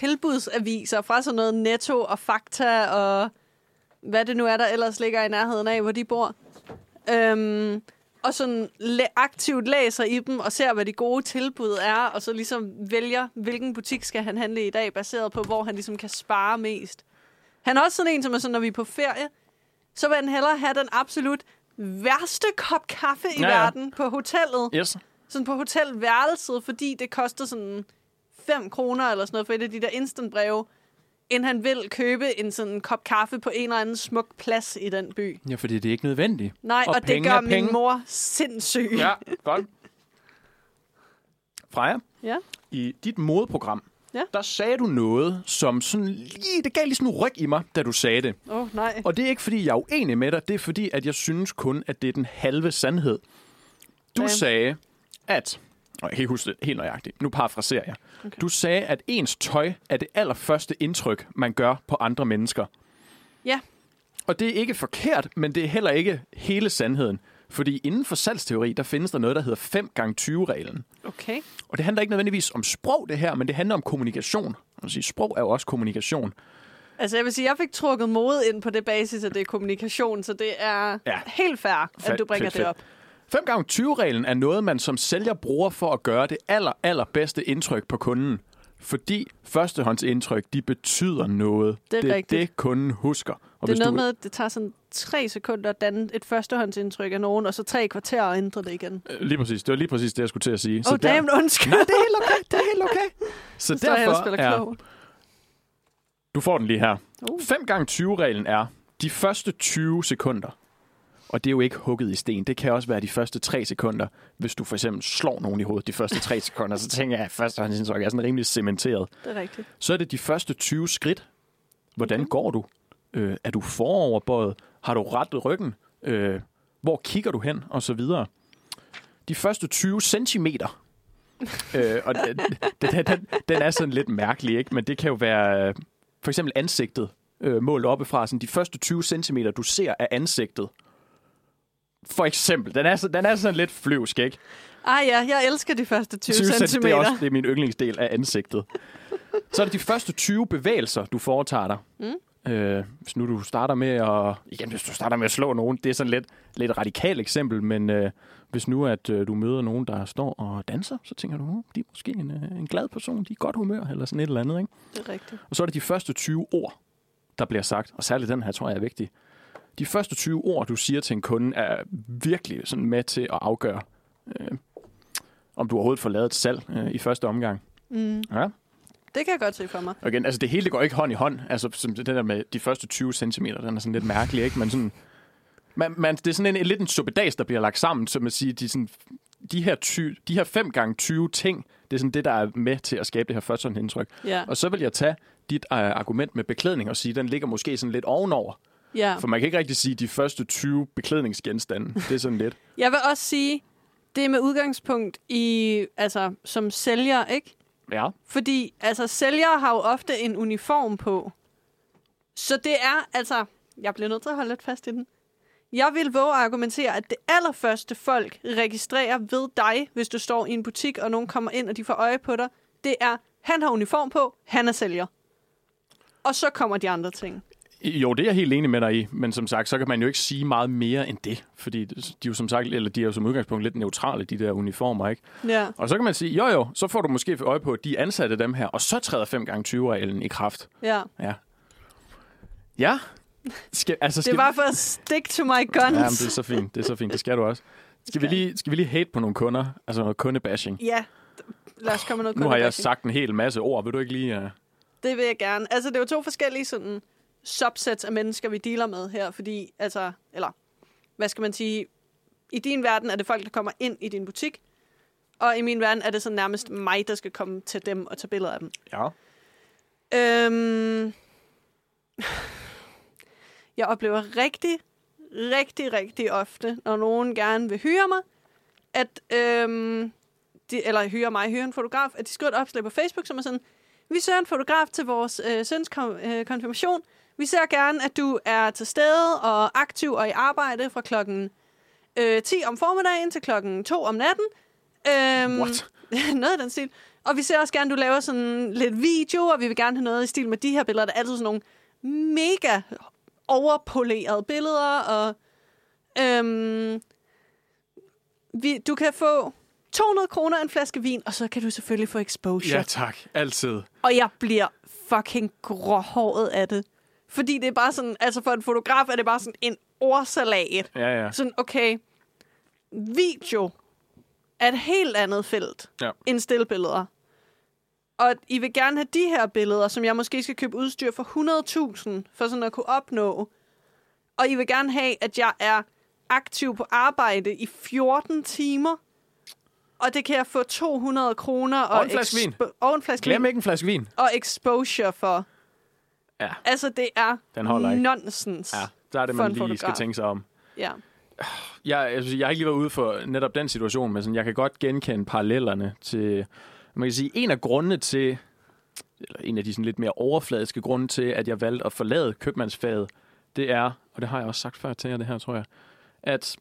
tilbudsaviser fra sådan noget Netto og Fakta og hvad det nu er, der ellers ligger i nærheden af, hvor de bor. Øhm, og sådan læ- aktivt læser i dem og ser, hvad de gode tilbud er, og så ligesom vælger, hvilken butik skal han handle i dag, baseret på, hvor han ligesom kan spare mest. Han er også sådan en, som er sådan, når vi er på ferie, så vil han hellere have den absolut værste kop kaffe i Ja, ja, ja. ja. verden på hotellet, Yes. sådan på hotelværelset, fordi det koster sådan 5 kroner eller sådan noget for et af de der instantbreve, end han vil købe en sådan kop kaffe på en eller anden smuk plads i den by. Ja, fordi det er ikke nødvendigt. Nej, Og og, og det penge gør er min penge. mor sindssyg. [laughs] Ja, godt. Freja, ja. i dit modeprogram, Ja. der sagde du noget, som sådan lige, det gav lige sådan en ryg i mig, da du sagde det. Åh, oh, nej. Og det er ikke, fordi jeg er uenig med dig. Det er, fordi at jeg synes kun, at det er den halve sandhed. Du Hvad? sagde, at... Og jeg kan ikke huske det helt nøjagtigt. Nu parafraserer jeg. Okay. Du sagde, at ens tøj er det allerførste indtryk, man gør på andre mennesker. Ja, Og det er ikke forkert, men det er heller ikke hele sandheden. Fordi inden for salgsteori, der findes der noget, der hedder 5 gange 20 reglen okay. Og det handler ikke nødvendigvis om sprog, det her, men det handler om kommunikation. Altså, sprog er jo også kommunikation. Altså, jeg vil sige, jeg fik trukket mode ind på det basis, at det er kommunikation, så det er Ja. ja. helt fair, Fedt, at du bringer fedt, det fedt. op. 5 gange 20 reglen er noget, man som sælger bruger for at gøre det aller, aller bedste indtryk på kunden. Fordi førstehåndsindtryk, de betyder noget. Det er det, rigtigt. det, kunden husker. Og Det er hvis noget du... med, at det tager sådan tre sekunder at danne et førstehåndsindtryk af nogen, og så tre kvarter at ændre det igen. med... Lige præcis. Det var lige præcis det, jeg skulle til at sige. Åh, oh, damn, undskyld. Nej, det er helt okay. Det er helt okay. [laughs] Så Så jeg og derfor spiller er... klog. Du får den lige her. Uh. 5 gange 20 reglen er de første 20 sekunder. Og det er jo ikke hugget i sten. Det kan også være de første 3 sekunder. Hvis du for eksempel slår nogen i hovedet de første 3 sekunder, så tænker jeg, at førstehåndsindtryk er sådan rimelig cementeret. Det er rigtigt. så er det de første 20 skridt. Hvordan går du? Øh, er du foroverbøjet? Har du rettet ryggen? Øh, hvor kigger du hen? Og så videre. De første 20 centimeter. øh, og den, den, den, den er sådan lidt mærkelig, ikke? Men det kan jo være øh, for eksempel ansigtet øh, målt oppefra. Sådan de første 20 centimeter, du ser af ansigtet. For eksempel. Den er, så- den er sådan lidt flyvsk, ikke? Ah ja, jeg elsker de første 20, 20 cent- centimeter. Det er også det er min yndlingsdel af ansigtet. Så er det de første 20 bevægelser, du foretager dig. Mm. Øh, hvis nu du starter med at... Igen, hvis du starter med at slå nogen, det er sådan lidt, lidt et radikalt eksempel, men øh, hvis nu at øh, du møder nogen, der står og danser, så tænker du, "Uh, de er måske en, øh, en glad person, de er i godt humør, eller sådan et eller andet. Ikke? det er rigtigt. Og så er det de første 20 ord, der bliver sagt, og særligt den her, tror jeg er vigtig. De første 20 ord, du siger til en kunde, er virkelig sådan med til at afgøre, øh, om du overhovedet får lavet et salg øh, i første omgang. Mm. Ja. Det kan jeg godt se for mig. Og igen, altså det hele det går ikke hånd i hånd. Altså som det der med de første 20 cm, den er sådan lidt mærkelig, ikke? Men sådan, man, man, det er sådan en, en lidt en suppedas, der bliver lagt sammen, så man siger, de, sådan, de her, 20, de her 5 gange 20 ting, det er sådan det, der er med til at skabe det her førstehåndsindtryk. Ja, Og så vil jeg tage dit øh, argument med beklædning og sige, at den ligger måske sådan lidt ovenover. ja. For man kan ikke rigtig sige de første 20 beklædningsgenstande. Det er sådan lidt. Jeg vil også sige, det er med udgangspunkt i, altså som sælger, ikke? Ja. Fordi altså, sælgere har jo ofte en uniform på. Så det er, altså, jeg bliver nødt til at holde lidt fast i den. Jeg vil våge at argumentere, at det allerførste folk registrerer ved dig, hvis du står i en butik, og nogen kommer ind, og de får øje på dig, det er, han har uniform på, han er sælger. Og så kommer de andre ting. Jo, det er jeg helt enig med dig i. Men som sagt, så kan man jo ikke sige meget mere end det. Fordi de er jo som, sagt, eller de er jo som udgangspunkt lidt neutrale, de der uniformer, ikke? Ja. Og så kan man sige, jo jo, så får du måske øje på, at de er ansatte dem her, og så træder 5 gange 20-reglen i kraft. ja. Ja. Ja. Skal, altså, skal Det var for at stick to my guns. Ja, men det er så fint. Det er så fint. Det skal du også. Skal vi lige, skal vi lige hate på nogle kunder? Altså noget kundebashing? Ja, d- lad os komme med noget Nu har jeg kundebashing. sagt en hel masse ord. Vil du ikke lige... Uh... Det vil jeg gerne. Altså, det er jo to forskellige sådan, subsets af mennesker, vi dealer med her, fordi, altså, eller, hvad skal man sige, i din verden er det folk, der kommer ind i din butik, og i min verden er det sådan nærmest mig, der skal komme til dem og tage billeder af dem. Ja. Øhm, jeg oplever rigtig, rigtig, rigtig ofte, når nogen gerne vil hyre mig, at, øhm, de, eller hyre mig, hyre en fotograf, at de skriver et opslag på Facebook, som er sådan, vi søger en fotograf til vores øh, søns kom, øh, konfirmation, Vi ser gerne, at du er til stede og aktiv og i arbejde fra klokken øh, 10 om formiddagen til klokken 2 om natten. Øhm, What? [laughs] noget af den stil. Og vi ser også gerne, at du laver sådan lidt video, og vi vil gerne have noget i stil med de her billeder. Der er altid sådan nogle mega overpolerede billeder, og øhm, vi, du kan få 200 kroner en flaske vin, og så kan du selvfølgelig få exposure. Ja, tak. Altid. Og jeg bliver fucking gråhåret af det. Fordi det er bare sådan, altså for en fotograf er det bare sådan en ordsalat. Ja, ja. Sådan, okay, video er et helt andet felt Ja. end stillbilleder. Og I vil gerne have de her billeder, som jeg måske skal købe udstyr for 100.000, for sådan at kunne opnå. Og I vil gerne have, at jeg er aktiv på arbejde i 14 timer. Og det kan jeg få 200 kroner og, Og en flaske vin. expo- og en flaske vin Glem ikke en flaske vin. og exposure for. Ja. Altså, det er Den holder ikke. nonsens. Ja, der er det, for man en lige skal fotograf. tænke sig om. ja. Jeg, altså, jeg har ikke lige været ude for netop den situation, men sådan, jeg kan godt genkende parallellerne til... Man kan sige, en af grundene til, eller en af de sådan lidt mere overfladiske grunde til, at jeg valgte at forlade købmandsfaget, det er, og det har jeg også sagt før til jer det her, tror jeg, at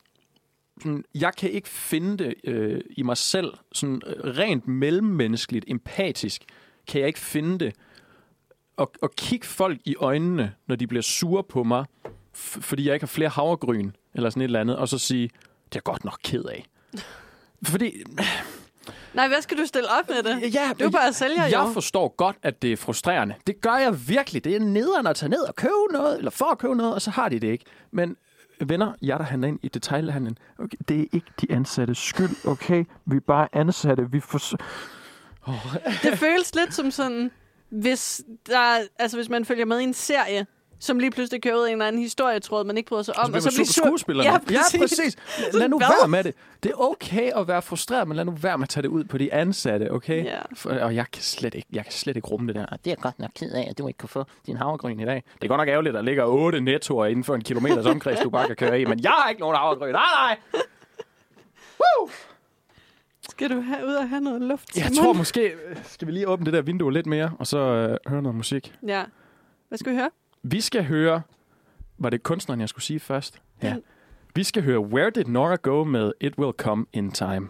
sådan, jeg kan ikke finde det øh, i mig selv, sådan øh, rent mellemmenneskeligt, empatisk, kan jeg ikke finde det. Og, og kigge folk i øjnene, når de bliver sure på mig, f- fordi jeg ikke har flere havregryn, eller sådan et eller andet, og så sige, det er jeg godt nok ked [laughs] af. Fordi, Nej, hvad skal du stille op med det? ja, Du er bare sælger, jeg jo. forstår godt, at det er frustrerende. Det gør jeg virkelig. Det er nederen at tage ned og købe noget, eller for at købe noget, og så har de det ikke. Men venner, jeg der handler ind i detailhandlen, okay, det er ikke de ansatte skyld, okay? Vi er bare ansatte. Vi for... Det føles lidt som sådan, hvis, der, altså, hvis man følger med i en serie, som lige pludselig kører ud af en eller anden historietråd, man ikke bryder sig om. Og så bliver man sur på skuespillerne. Ja, præcis. Ja, præcis. Lad nu Hvad? være med det. Det er okay at være frustreret, men lad nu være med at tage det ud på de ansatte, okay? Ja. For, og jeg kan, slet ikke, jeg kan slet ikke rumme det der. Og det er jeg godt nok ked af, at du ikke kunne få din havregryn i dag. Det er godt nok ærgerligt, at der ligger otte nettoer inden for en kilometers omkreds, du bare kan køre i, men jeg har ikke nogen havregryn. Nej, nej! Skal du have ud og have noget luft? Jeg Simon? tror måske, øh, skal vi lige åbne det der vindue lidt mere, og så øh, høre noget musik. Ja. Hvad skal vi høre? Vi skal høre, var det kunstneren, jeg skulle sige først? Ja. Vi skal høre Where Did Nora Go med It Will Come In Time.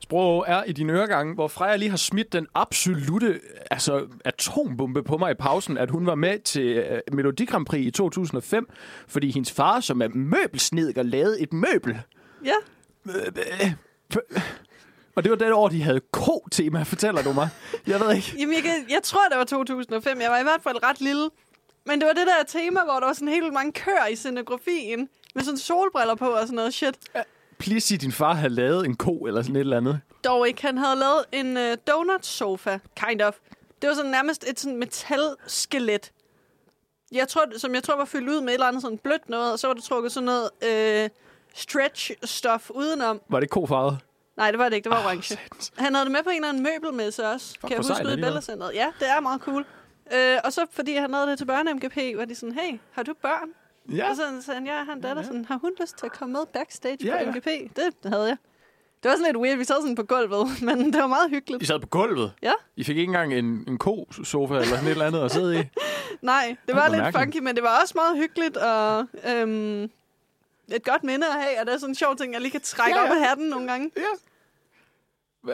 Sprog er i dine øregange, hvor Freja lige har smidt den absolute altså, atombombe på mig i pausen, at hun var med til øh, Melodi Grand Prix i 2005, fordi hendes far, som er møbelsnedker, lavede et møbel. Ja. Og det var det år, de havde ko-tema, fortæller du mig. Jeg ved ikke. Jamen, jeg, kan- jeg tror, det var 2005. Jeg var i hvert fald ret lille. Men det var det der tema, hvor der var sådan helt mange køer i scenografien. Med sådan solbriller på og sådan noget shit. Please sig, din far havde lavet en ko eller sådan et eller andet. Dog ikke, han havde lavet en øh, donut-sofa, kind of. Det var sådan nærmest et sådan metal-skelet. Jeg tror, som jeg tror var fyldt ud med et eller andet sådan blødt noget, og så var det trukket sådan noget øh, stretch-stof udenom. Var det kofarvet? Nej, det var det ikke. Det var orange. satans. Han havde det med på en eller anden møbelmesse også. Ah, Fuck, kan jeg hvor sejt huske ude i alligevel. Bellacenteret. Ja, det er meget cool. Øh, og så fordi han havde det til børne-MGP, var de sådan, hey, har du børn? Ja. Og så sagde han, ja, han datter, sådan, har hun lyst til at komme med backstage Ja, ja, ja. på MGP? Det havde jeg. Det var sådan lidt weird, vi sad sådan på gulvet, [laughs] men det var meget hyggeligt. I sad på gulvet. Ja, I fik ikke engang en, en ko-sofa eller sådan et eller andet at sidde i. nej, det var var lidt mærkeligt. funky, men det var også meget hyggeligt, og øhm, et godt minde at have, og det er sådan en sjov ting, jeg lige kan trække Ja, ja, ja. ja. op af hatten nogle gange.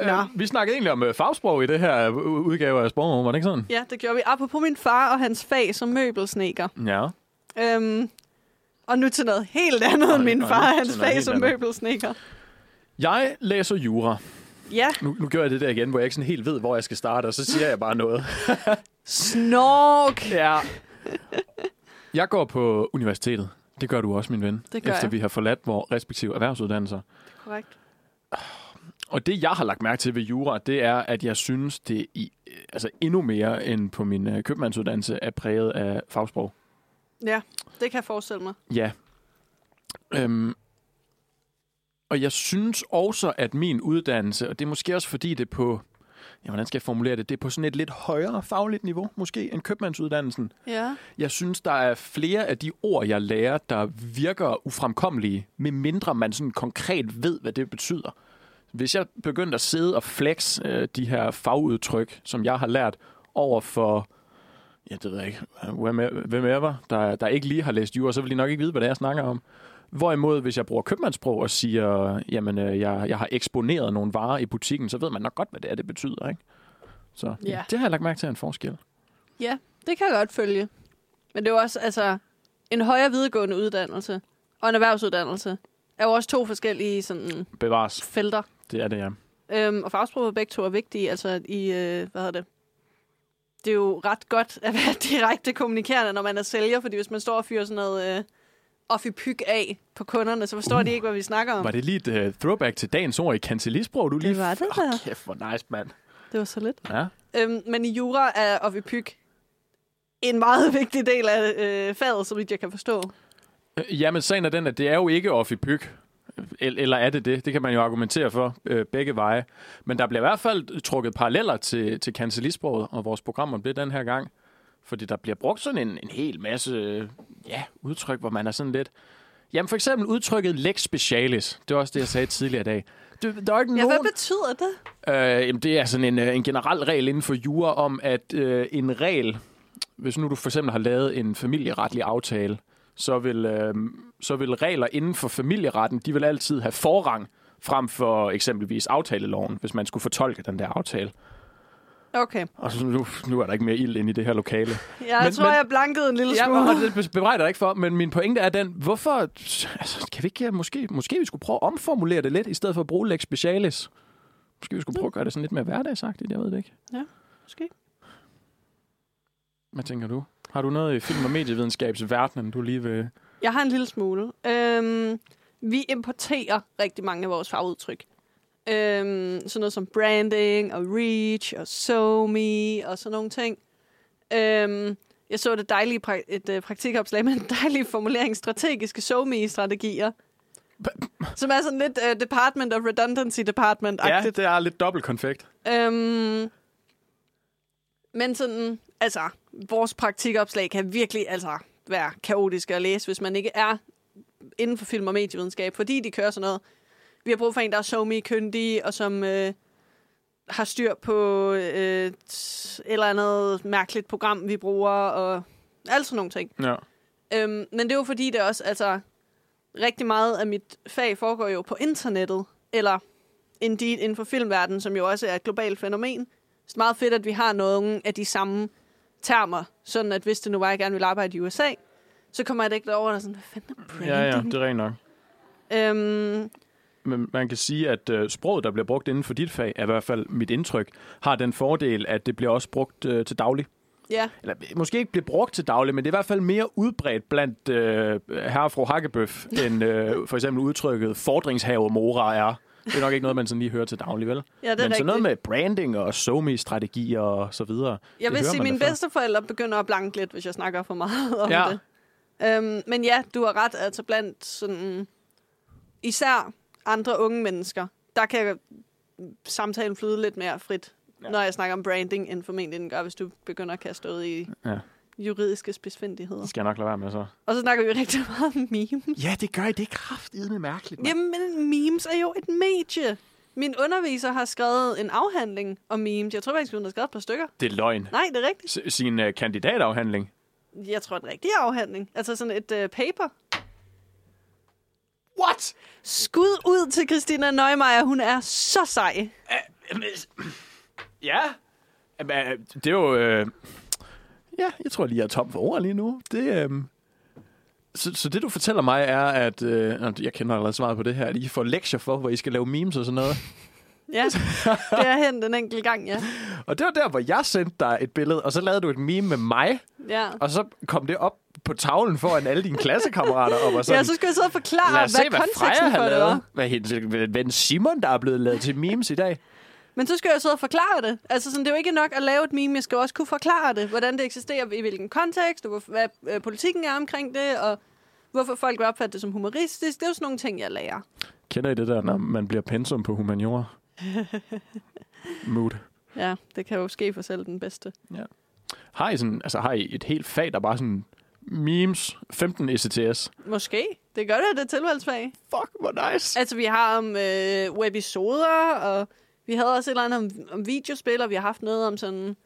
Ja. Vi snakkede egentlig om øh, fagsprog i det her øh, udgave af Sprogmorgen, var det ikke sådan? Ja, det gjorde vi. Apropos min far og hans fag som møbelsneker. Ja. Øhm, og nu til noget helt andet end Og- min og far nu og hans til noget fag helt som andet. møbelsneker. Jeg læser jura. Ja, Nu, nu gør jeg det der igen, hvor jeg ikke sådan helt ved, hvor jeg skal starte, og så siger jeg bare [laughs] noget. snork. Ja. Jeg går på universitetet. Det gør du også, min ven. Det gør efter jeg. vi har forladt vores respektive erhvervsuddannelser. Korrekt. Og det, jeg har lagt mærke til ved jura, det er, at jeg synes, det i, altså endnu mere end på min øh, købmandsuddannelse er præget af fagsprog. Ja, det kan jeg forestille mig. Ja. Øhm, og jeg synes også, at min uddannelse, og det er måske også fordi det er på, ja, hvordan skal jeg formulere det, det er på sådan et lidt højere fagligt niveau, måske, end købmandsuddannelsen. Ja. Jeg synes, der er flere af de ord, jeg lærer, der virker ufremkommelige, medmindre man sådan konkret ved, hvad det betyder. Hvis jeg begyndte at sidde og flex øh, de her fagudtryk, som jeg har lært over for ja, det ved jeg ikke, whomever- whomever, der, der ikke lige har læst jura, så vil de nok ikke vide, hvad det er, jeg snakker om. Hvorimod, hvis jeg bruger købmandssprog og siger, jamen, øh, jeg, jeg har eksponeret nogle varer i butikken, så ved man nok godt, hvad det er, det betyder, ikke? Så ja. Ja. det har jeg lagt mærke til er en forskel. Ja, det kan jeg godt følge. Men det er jo også, altså, en højere videregående uddannelse og en erhvervsuddannelse er jo også to forskellige sådan, Bevares, felter. det er det, ja. Øhm, og fagsproget begge to er vigtige, altså i, øh, hvad hedder det? Det er jo ret godt at være [laughs] direkte kommunikerende, når man er sælger, fordi hvis man står og fyrer sådan noget øh, off i pyg af på kunderne, så forstår uh, de ikke, hvad vi snakker om. Var det lige et øh, throwback til dagens ord i kancelisprog, du lige... var det Fuck, da. kæft, hvor nice, mand. Det var så lidt. Ja. Øhm, men i jura er off i pyg en meget [laughs] vigtig del af øh, faget, så vidt jeg kan forstå. Øh, Jamen, sagen er den, at det er jo ikke off i byg. El- Eller er det det? Det kan man jo argumentere for øh, begge veje. Men der bliver i hvert fald trukket paralleller til, til kancelisproget og vores program om det den her gang. Fordi der bliver brugt sådan en, en hel masse øh, ja, udtryk, hvor man er sådan lidt... Jamen for eksempel udtrykket lex specialis. Det var også det, jeg sagde tidligere i dag. Det, der er jo ikke Ja, nogen... hvad betyder det? Øh, jamen, det er sådan en, øh, en generel regel inden for jura om, at øh, en regel, hvis nu du for eksempel har lavet en familieretlig aftale, så vil, øh, så vil regler inden for familieretten, de vil altid have forrang frem for eksempelvis aftaleloven, hvis man skulle fortolke den der aftale. Okay, Og så nu, nu er der ikke mere ild ind i det her lokale. jeg Men- men, tror, men- men, jeg blankede en lille Ja, smule. og og det bebrejder jeg ikke for, men min pointe er den, hvorfor, altså, kan vi ikke, måske, måske vi skulle prøve at omformulere det lidt, i stedet for at bruge lex specialis. Måske vi skulle prøve at gøre det sådan lidt mere hverdagsagtigt, jeg ved det ikke. Måske. Hvad tænker du? Har du noget i film- og medievidenskabsverdenen, du lige vil... Jeg har en lille smule. Øhm, vi importerer rigtig mange af vores fagudtryk. Øhm, sådan noget som branding og reach og so me og sådan nogle ting. Øhm, jeg så det dejlige pra- et øh, praktikopslag med en dejlig formulering, strategiske so me strategier Som er sådan lidt øh, Department of Redundancy Department-agtigt. det er lidt dobbelt konfekt. Øhm, men sådan, altså, vores praktikopslag kan virkelig altså, være kaotiske at læse, hvis man ikke er inden for film- og medievidenskab, fordi de kører sådan noget. Vi har brug for en, der er somi kyndig, og som øh, har styr på øh, et eller andet mærkeligt program, vi bruger, og alt sådan nogle ting. Ja. Øhm, men det er jo fordi, det også, altså, rigtig meget af mit fag foregår jo på internettet, eller indeed inden for filmverdenen, som jo også er et globalt fænomen. Så det er meget fedt, at vi har nogle af de samme termer, sådan at hvis det nu var, jeg gerne ville arbejde i USA, så kommer jeg da ikke derover og er sådan, hvad fanden er branding? ja, ja, det er rent nok. Øhm, Men man kan sige, at øh, sproget, der bliver brugt inden for dit fag, er i hvert fald mit indtryk, har den fordel, at det bliver også brugt øh, til daglig. ja, Eller øh, måske ikke bliver brugt til daglig, men det er i hvert fald mere udbredt blandt øh, herre og fru Hakkebøf, end øh, for eksempel udtrykket fordringshaver mora er. Det er nok ikke noget, man sådan lige hører til daglig, vel? ja, det er men rigtigt. sådan noget med branding og somi-strategier og så videre. jeg det vil hører sige, man da mine før. bedsteforældre begynder at blanke lidt, hvis jeg snakker for meget om Ja. det. Øhm, men ja, du har ret. Altså blandt sådan, især andre unge mennesker, der kan samtalen flyde lidt mere frit, ja. når jeg snakker om branding, end formentlig den gør, hvis du begynder at kaste ud i Ja. ja. juridiske spidsfindigheder. Det skal jeg nok lade være med så. Og så snakker vi rigtig meget om memes. Ja, det gør I. Det er kraftedeme mærkeligt. mand. Jamen, memes er jo et medie. Min underviser har skrevet en afhandling om memes. Jeg tror faktisk, hun har skrevet et par stykker. Det er løgn. Nej, det er rigtigt. S- sin uh, kandidatafhandling. Jeg tror, en rigtig afhandling. Altså sådan et uh, paper. What? Skud ud til Christina Neumeier. Hun er så sej. Ja. Jamen, øh, Det er jo... Øh... Ja, jeg tror lige, jeg er tom for ord lige nu. Det, øh... så, så det, du fortæller mig, er, at... Øh... nå, Jeg kender allerede svaret på det her. At I får lektier for, hvor I skal lave memes og sådan [laughs] noget. [laughs] Ja, det er hen den enkelte gang, ja. Og det var der, hvor jeg sendte dig et billede, og så lavede du et meme med mig. Ja, Og så kom det op på tavlen foran alle dine klassekammerater. Og var sådan, ja så skal jeg sidde og forklare, Lad hvad os se, hvad Freja konteksten for har det var. lavet. Hvad hendes ven Simon, der er blevet lavet til memes i dag. Men så skal jeg sidde og forklare det. Altså, sådan, det er jo ikke nok at lave et meme. Jeg skal jo også kunne forklare det. Hvordan det eksisterer, i hvilken kontekst, og hvor, hvad øh, politikken er omkring det, og hvorfor folk vil opfatte det som humoristisk. Det er jo sådan nogle ting, jeg lærer. Kender I det der, når man bliver pensum på humaniora? Mood. Ja, det kan jo ske for selv den bedste. Har I, sådan, altså, har I et helt fag, der bare sådan memes, E 15 ECTS? Måske. Det gør det, at det er et tilvalgsfag. Fuck, hvor nice. Altså, vi har om øh, webisoder, og vi havde også et eller andet om, om videospil, og vi har haft noget om sådan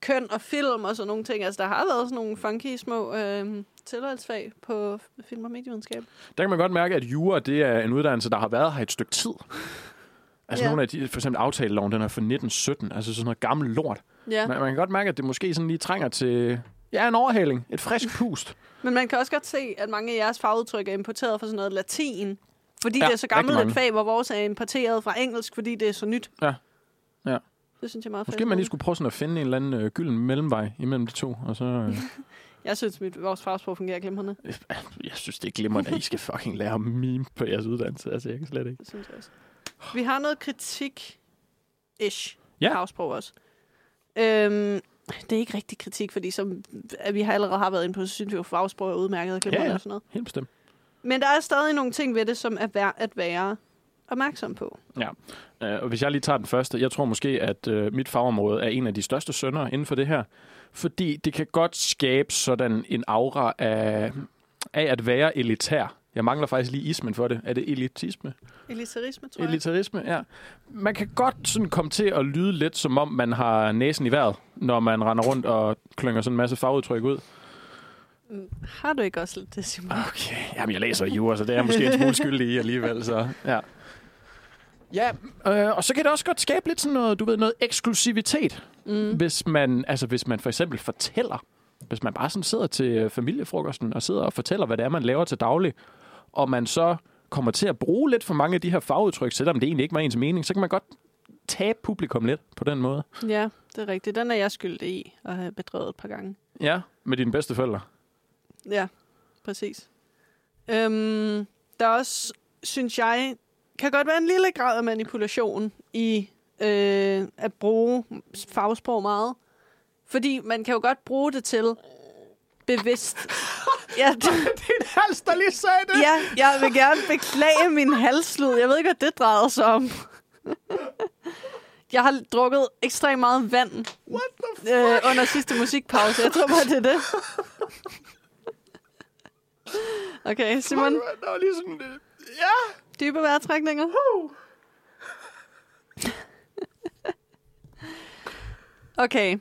køn og film og sådan nogle ting. Altså, der har været sådan nogle funky små øh, tilholdsfag på f- film- og medievidenskab. Der kan man godt mærke, at jura det er en uddannelse, der har været her et stykke tid. Altså Ja. ja. nogle af de, for eksempel aftaleloven, den er fra 1917, altså sådan noget gammel lort. Ja. Man, man kan godt mærke, at det måske sådan lige trænger til ja, en overhaling, et frisk pust. Men man kan også godt se, at mange af jeres fagudtryk er importeret fra sådan noget latin. Fordi ja, Ja, det er så gammelt rigtig et mange. fag, hvor vores er importeret fra engelsk, fordi det er så nyt. Ja. Ja. Det synes jeg er meget Måske fedt. man lige skulle prøve sådan at finde en eller anden øh, gylden mellemvej imellem de to, og så... Øh, Jeg synes, mit vores fagsprog fungerer glimrende. jeg synes, det er glimrende, at I skal fucking lære at meme på jeres uddannelse. Altså, jeg kan slet ikke. Det synes jeg også. Vi har noget kritik-ish. Ja. Fagsprog også. Øhm, det er ikke rigtig kritik, fordi som at vi har allerede har været inde på, så synes vi jo, at fagsprog er udmærket og glimrende Ja, ja. og sådan noget. Helt bestemt. Men der er stadig nogle ting ved det, som er værd at være opmærksom på. Øh, og hvis jeg lige tager den første, jeg tror måske, at øh, mit fagområde er en af de største sønder inden for det her. Fordi det kan godt skabe sådan en aura af, af at være elitær. Jeg mangler faktisk lige ismen for det. Er det elitisme? Elitarisme, tror jeg. Elitarisme, ja. Man kan godt sådan komme til at lyde lidt, som om man har næsen i vejret, når man render rundt og klynger sådan en masse fagudtryk ud. Har du ikke også lidt det, Simon? Okay, jamen jeg læser jura, så det er jeg måske en smule skyldig i alligevel, så ja. Ja, øh, og så kan det også godt skabe lidt sådan noget, du ved, noget eksklusivitet, mm. hvis man, altså hvis man for eksempel fortæller, hvis man bare sådan sidder til øh, familiefrokosten og sidder og fortæller, hvad det er, man laver til daglig, og man så kommer til at bruge lidt for mange af de her fagudtryk, selvom det egentlig ikke var ens mening, så kan man godt tabe publikum lidt på den måde. Ja, det er rigtigt. Den er jeg skyldig i at have bedrøvet et par gange. Ja, med dine bedste forældre. Ja, præcis. Øhm, der er også, synes jeg, kan godt være en lille grad af manipulation i øh, at bruge fagsprog meget. Fordi man kan jo godt bruge det til [laughs] bevidst. Ja, d- Din hals, der lige sagde det! ja, jeg vil gerne beklage min halslud. Jeg ved ikke, hvad det drejede sig om. Jeg har drukket ekstremt meget vand What the øh, under sidste musikpause. Jeg tror bare, det er det. Okay, Simon, Der var lige sådan... øh, Ja! dybe vejrtrækninger. [laughs] Okay.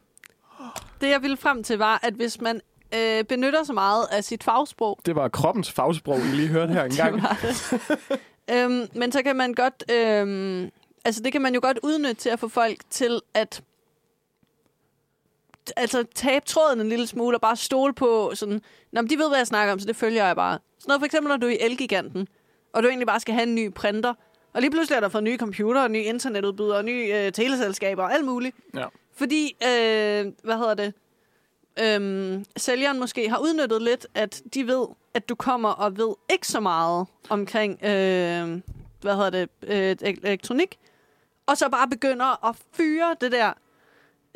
Det, jeg ville frem til, var, at hvis man øh, benytter så meget af sit fagsprog, Det var kroppens fagsprog, I lige hørte her engang. det var det. øhm, men så kan man godt... Øhm, altså, det kan man jo godt udnytte til at få folk til at altså tabe tråden en lille smule og bare stole på sådan, Nå, men de ved, hvad jeg snakker om, så det følger jeg bare. Sådan noget, for eksempel, når du er i Elgiganten, og du egentlig bare skal have en ny printer, og lige pludselig er der fået nye computer, og nye internetudbydere, og nye øh, teleselskaber og alt muligt. Ja. Fordi, øh, hvad hedder det, øhm, sælgeren måske har udnyttet lidt, at de ved, at du kommer og ved ikke så meget omkring, øh, hvad hedder det, øh, ek- elektronik, og så bare begynder at fyre det der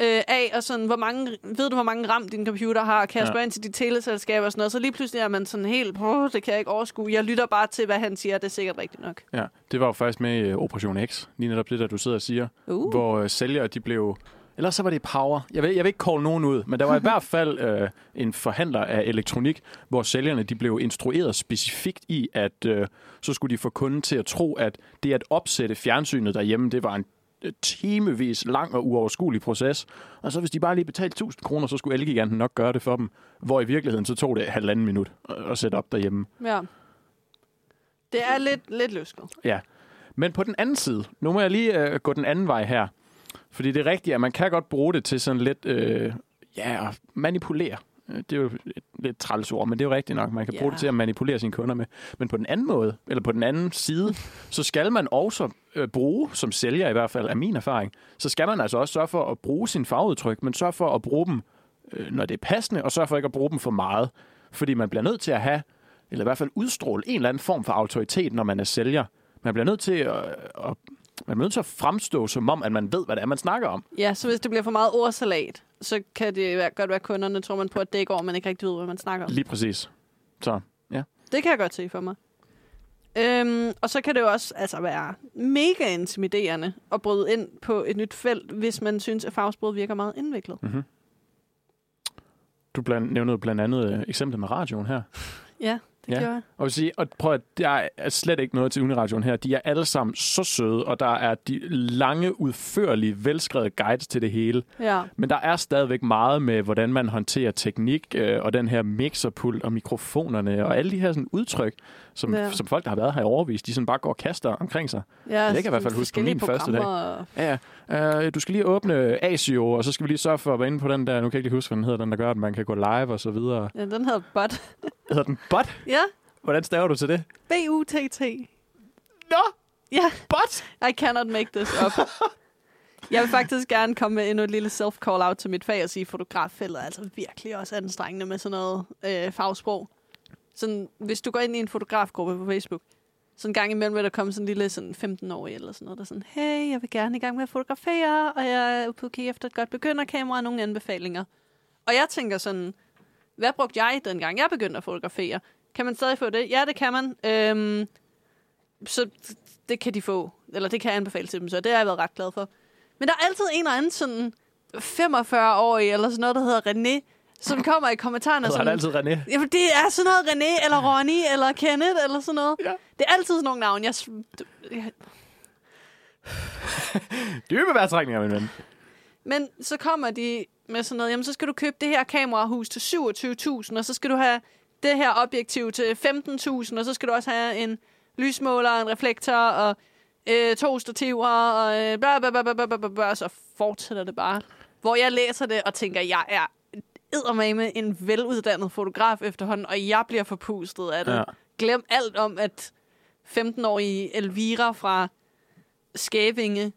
øh, af, og sådan, hvor mange, ved du, hvor mange RAM din computer har, kan jeg Ja. spørge ind til dit teleselskab og sådan noget, så lige pludselig er man sådan helt, "Åh, det kan jeg ikke overskue, jeg lytter bare til, hvad han siger, det er sikkert rigtigt nok. ja, det var jo faktisk med øh, Operation X, lige netop det, der du sidder og siger, Uh. hvor øh, sælgere, de blev... Eller så var det Power. Jeg vil, jeg vil ikke call nogen ud, men der var i hvert fald øh, en forhandler af elektronik, hvor sælgerne de blev instrueret specifikt i, at øh, så skulle de få kunden til at tro, at det at opsætte fjernsynet derhjemme, det var en øh, timevis lang og uoverskuelig proces. Og så hvis de bare lige betalte 1000 kroner, så skulle Elgiganten nok gøre det for dem. Hvor i virkeligheden, så tog det halvanden minut at at sætte op derhjemme. Ja. Det er lidt, lidt løsket. Ja. Men på den anden side, nu må jeg lige øh, gå den anden vej her. Fordi det er rigtigt, at man kan godt bruge det til sådan lidt, øh, ja, at manipulere. Øh, Det er jo et lidt træls ord, men det er jo rigtigt nok. Man kan Ja. bruge det til at manipulere sine kunder med. Men på den anden måde, eller på den anden side, så skal man også øh, bruge, som sælger i hvert fald af min erfaring, så skal man altså også sørge for at bruge sin fagudtryk, men sørge for at bruge dem, øh, når det er passende, og sørge for ikke at bruge dem for meget. Fordi man bliver nødt til at have, eller i hvert fald udstråle en eller anden form for autoritet, når man er sælger. Man bliver nødt til at, at man bliver nødt til at fremstå som om, at man ved, hvad det er, man snakker om. Ja, så hvis det bliver for meget ordsalat, så kan det være, godt være, at kunderne tror man på, at det ikke går, man ikke rigtig ved, hvad man snakker om. Lige præcis. Så Det kan jeg godt se for mig. Øhm, og så kan det jo også altså, være mega intimiderende at bryde ind på et nyt felt, hvis man synes, at fagsproget virker meget indviklet. Mm-hmm. du bland, nævnede blandt andet øh, eksemplet med radioen her. Ja. det Ja. ja. gjorde jeg. Og, vil sige, og prøv at der er slet ikke noget til Uniradioen her. De er alle sammen så søde, og der er de lange, udførlige, velskrevede guides til det hele. Ja. Men der er stadigvæk meget med, hvordan man håndterer teknik, øh, og den her mixerpult og mikrofonerne, og alle de her sådan, udtryk, som, Ja. ja. som folk, der har været her i overvis, de sådan bare går og kaster omkring sig. ja Jeg kan i hvert fald sådan huske på min forskellige første dag. programmer og- Ja, ja. Øh, du skal lige åbne ASIO, og så skal vi lige sørge for at være inde på den der, nu kan jeg ikke lige huske, hvad den hedder, den der gør, at man kan gå live og så videre. Ja, den hedder Bot. Hedder den bot? Ja, Hvordan staver du til det? B-U-T-T. Nå, Ja, bot! I cannot make this up. Jeg vil faktisk gerne komme med endnu et lille self-call-out til mit fag og sige, at fotograffeltet er altså virkelig også anstrengende med sådan noget øh, fagsprog. Sådan, hvis du går ind i en fotografgruppe på Facebook, så en gang imellem vil der komme sådan en lille sådan 15-årig eller sådan noget, der er sådan, hey, jeg vil gerne i gang med at fotografere, og jeg er på kig efter et godt begynderkamera og nogle anbefalinger. Og jeg tænker sådan, hvad brugte jeg dengang jeg begyndte at fotografere? Kan man stadig få det? Ja, det kan man. Øhm, så det kan de få, eller det kan jeg anbefale til dem, så det har jeg været ret glad for. Men der er altid en eller anden sådan 45-årig eller sådan noget, der hedder René, som kommer i kommentarerne. og Hedder han sådan- altid René? Jamen, det er sådan noget René, eller Ronny, eller Kenneth, eller sådan noget. Ja. Det er altid sådan nogle navn. Jeg, s- du- jeg, Dybe vejrtrækninger, min ven. men så kommer de med sådan noget, jamen, så skal du købe det her kamerahus til 27.000, og så skal du have det her objektiv til 15.000, og så skal du også have en lysmåler, en reflektor, og øh, to stativer, og øh, bla, bla, bla, bla, bla, bla, bla, og så fortsætter det bare. Hvor jeg læser det og tænker, jeg er eddermame en veluddannet fotograf efterhånden, og jeg bliver forpustet af det. Ja. Ja. Glem alt om, at 15-årige Elvira fra Skævinge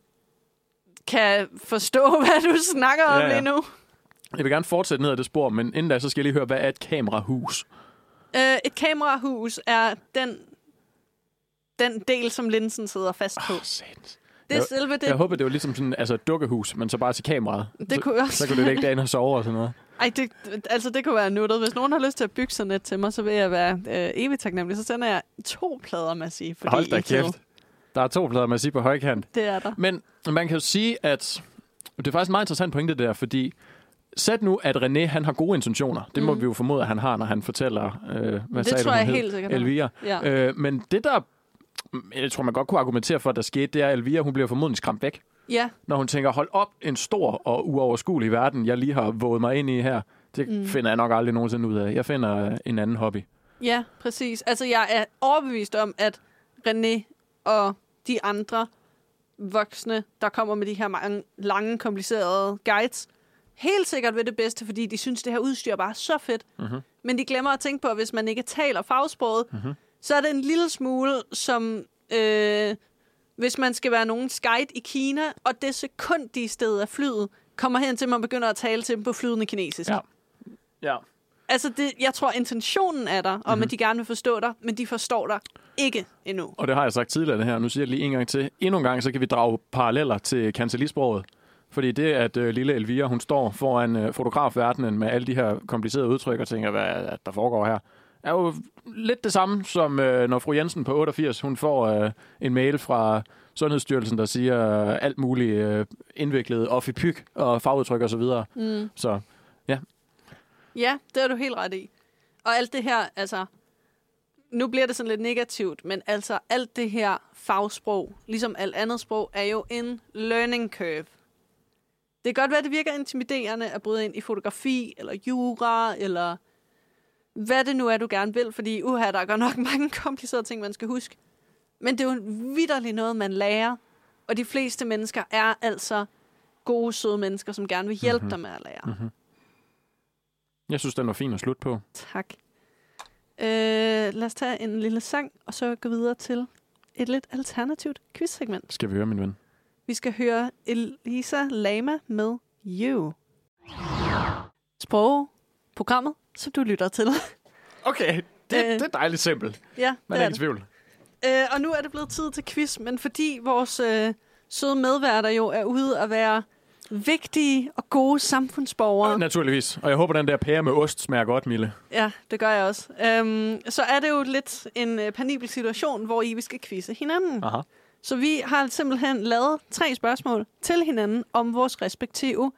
kan forstå, [laughs] hvad du snakker om ja, Ja, ja. ja. lige nu. Jeg vil gerne fortsætte ned ad det spor, men inden da, så skal jeg lige høre, hvad er et kamerahus? Øh, et kamerahus er den, den del, som linsen sidder fast på. Sæt. Det er selve det. Jeg håber, det var ligesom sådan, altså et dukkehus, men så bare til kameraet. Det kunne også- Så, så kunne det ligge derinde og sove og sådan noget. Ej, det, altså det kunne være nuttet. Hvis nogen har lyst til at bygge sådan et til mig, så vil jeg være øh, evigt taknemmelig. Så sender jeg to plader, man sige. Fordi Hold da I kan jo- kæft. Der er to plader, man siger på højkant. Det er der. Men man kan jo sige, at det er faktisk en meget interessant pointe det der, fordi sæt nu, at René han har gode intentioner. Det må vi jo formode, at han har, når han fortæller, øh, hvad Mm. Det sagde tror du, hun jeg hed? helt sikkert, han har. Elvira. Ja. Øh, men det der, jeg tror man godt kunne argumentere for, at der skete, det er, at Elvira hun bliver formodentlig skræmt væk. Ja, når hun tænker, hold op, en stor og uoverskuelig verden, jeg lige har våget mig ind i her, det mm. finder jeg nok aldrig nogensinde ud af. Jeg finder øh, en anden hobby. ja, præcis. Altså jeg er overbevist om, at René og de andre voksne, der kommer med de her mange lange, komplicerede guides, helt sikkert ved det bedste, fordi de synes, det her udstyr bare er så fedt. Mm-hmm. Men de glemmer at tænke på, at hvis man ikke taler fagsproget, mm-hmm. så er det en lille smule som, øh, hvis man skal være nogens guide i Kina, og det sekund, de er stedet af flyet, kommer hen til, at man begynder at tale til dem på flydende kinesisk. Ja. Ja. Altså, det, jeg tror, intentionen er der, om mm-hmm. at de gerne vil forstå dig, men de forstår dig ikke endnu. Og det har jeg sagt tidligere det her, nu siger jeg det lige en gang til. Endnu en gang, så kan vi drage paralleller til kancelisproget. Fordi det, at øh, lille Elvira, hun står foran øh, fotografverdenen med alle de her komplicerede udtryk og tænker, hvad er det, der foregår her, er jo lidt det samme, som øh, når fru Jensen på 88, hun får øh, en mail fra Sundhedsstyrelsen, der siger øh, alt muligt øh, indviklet off i pyg og fagudtryk osv. Så, mm. så Ja, det har du helt ret i. Og alt det her, altså... Nu bliver det sådan lidt negativt, men altså alt det her fagsprog, ligesom alt andet sprog, er jo en learning curve. Det kan godt være, at det virker intimiderende at bryde ind i fotografi, eller jura, eller hvad det nu er, du gerne vil, fordi uha, der er godt nok [laughs] mange komplicerede ting, man skal huske. Men det er jo vidderligt noget, man lærer, og de fleste mennesker er altså gode, søde mennesker, som gerne vil hjælpe mm-hmm. dig med at Mhm. lære. jeg synes, den var fin at slutte på. Tak. Øh, lad os tage en lille sang, og så gå videre til et lidt alternativt quizsegment. Skal vi høre, min ven. Vi skal høre Elisa Lama med You. Sprog, programmet, som du lytter til. Okay, det- Øh. det er dejligt simpelt. [laughs] ja, Man det er er ikke i det. tvivl. Øh, og nu er det blevet tid til quiz, men fordi vores øh, søde medværter jo er ude at være vigtige og gode samfundsborgere, Naturligvis. Og jeg håber, den der pære med ost smager godt, Mille. Ja, det gør jeg også. Øhm, så er det jo lidt en øh, penibel situation, hvor I vi skal quizze hinanden. Aha. Så vi har simpelthen lavet tre spørgsmål til hinanden om vores respektive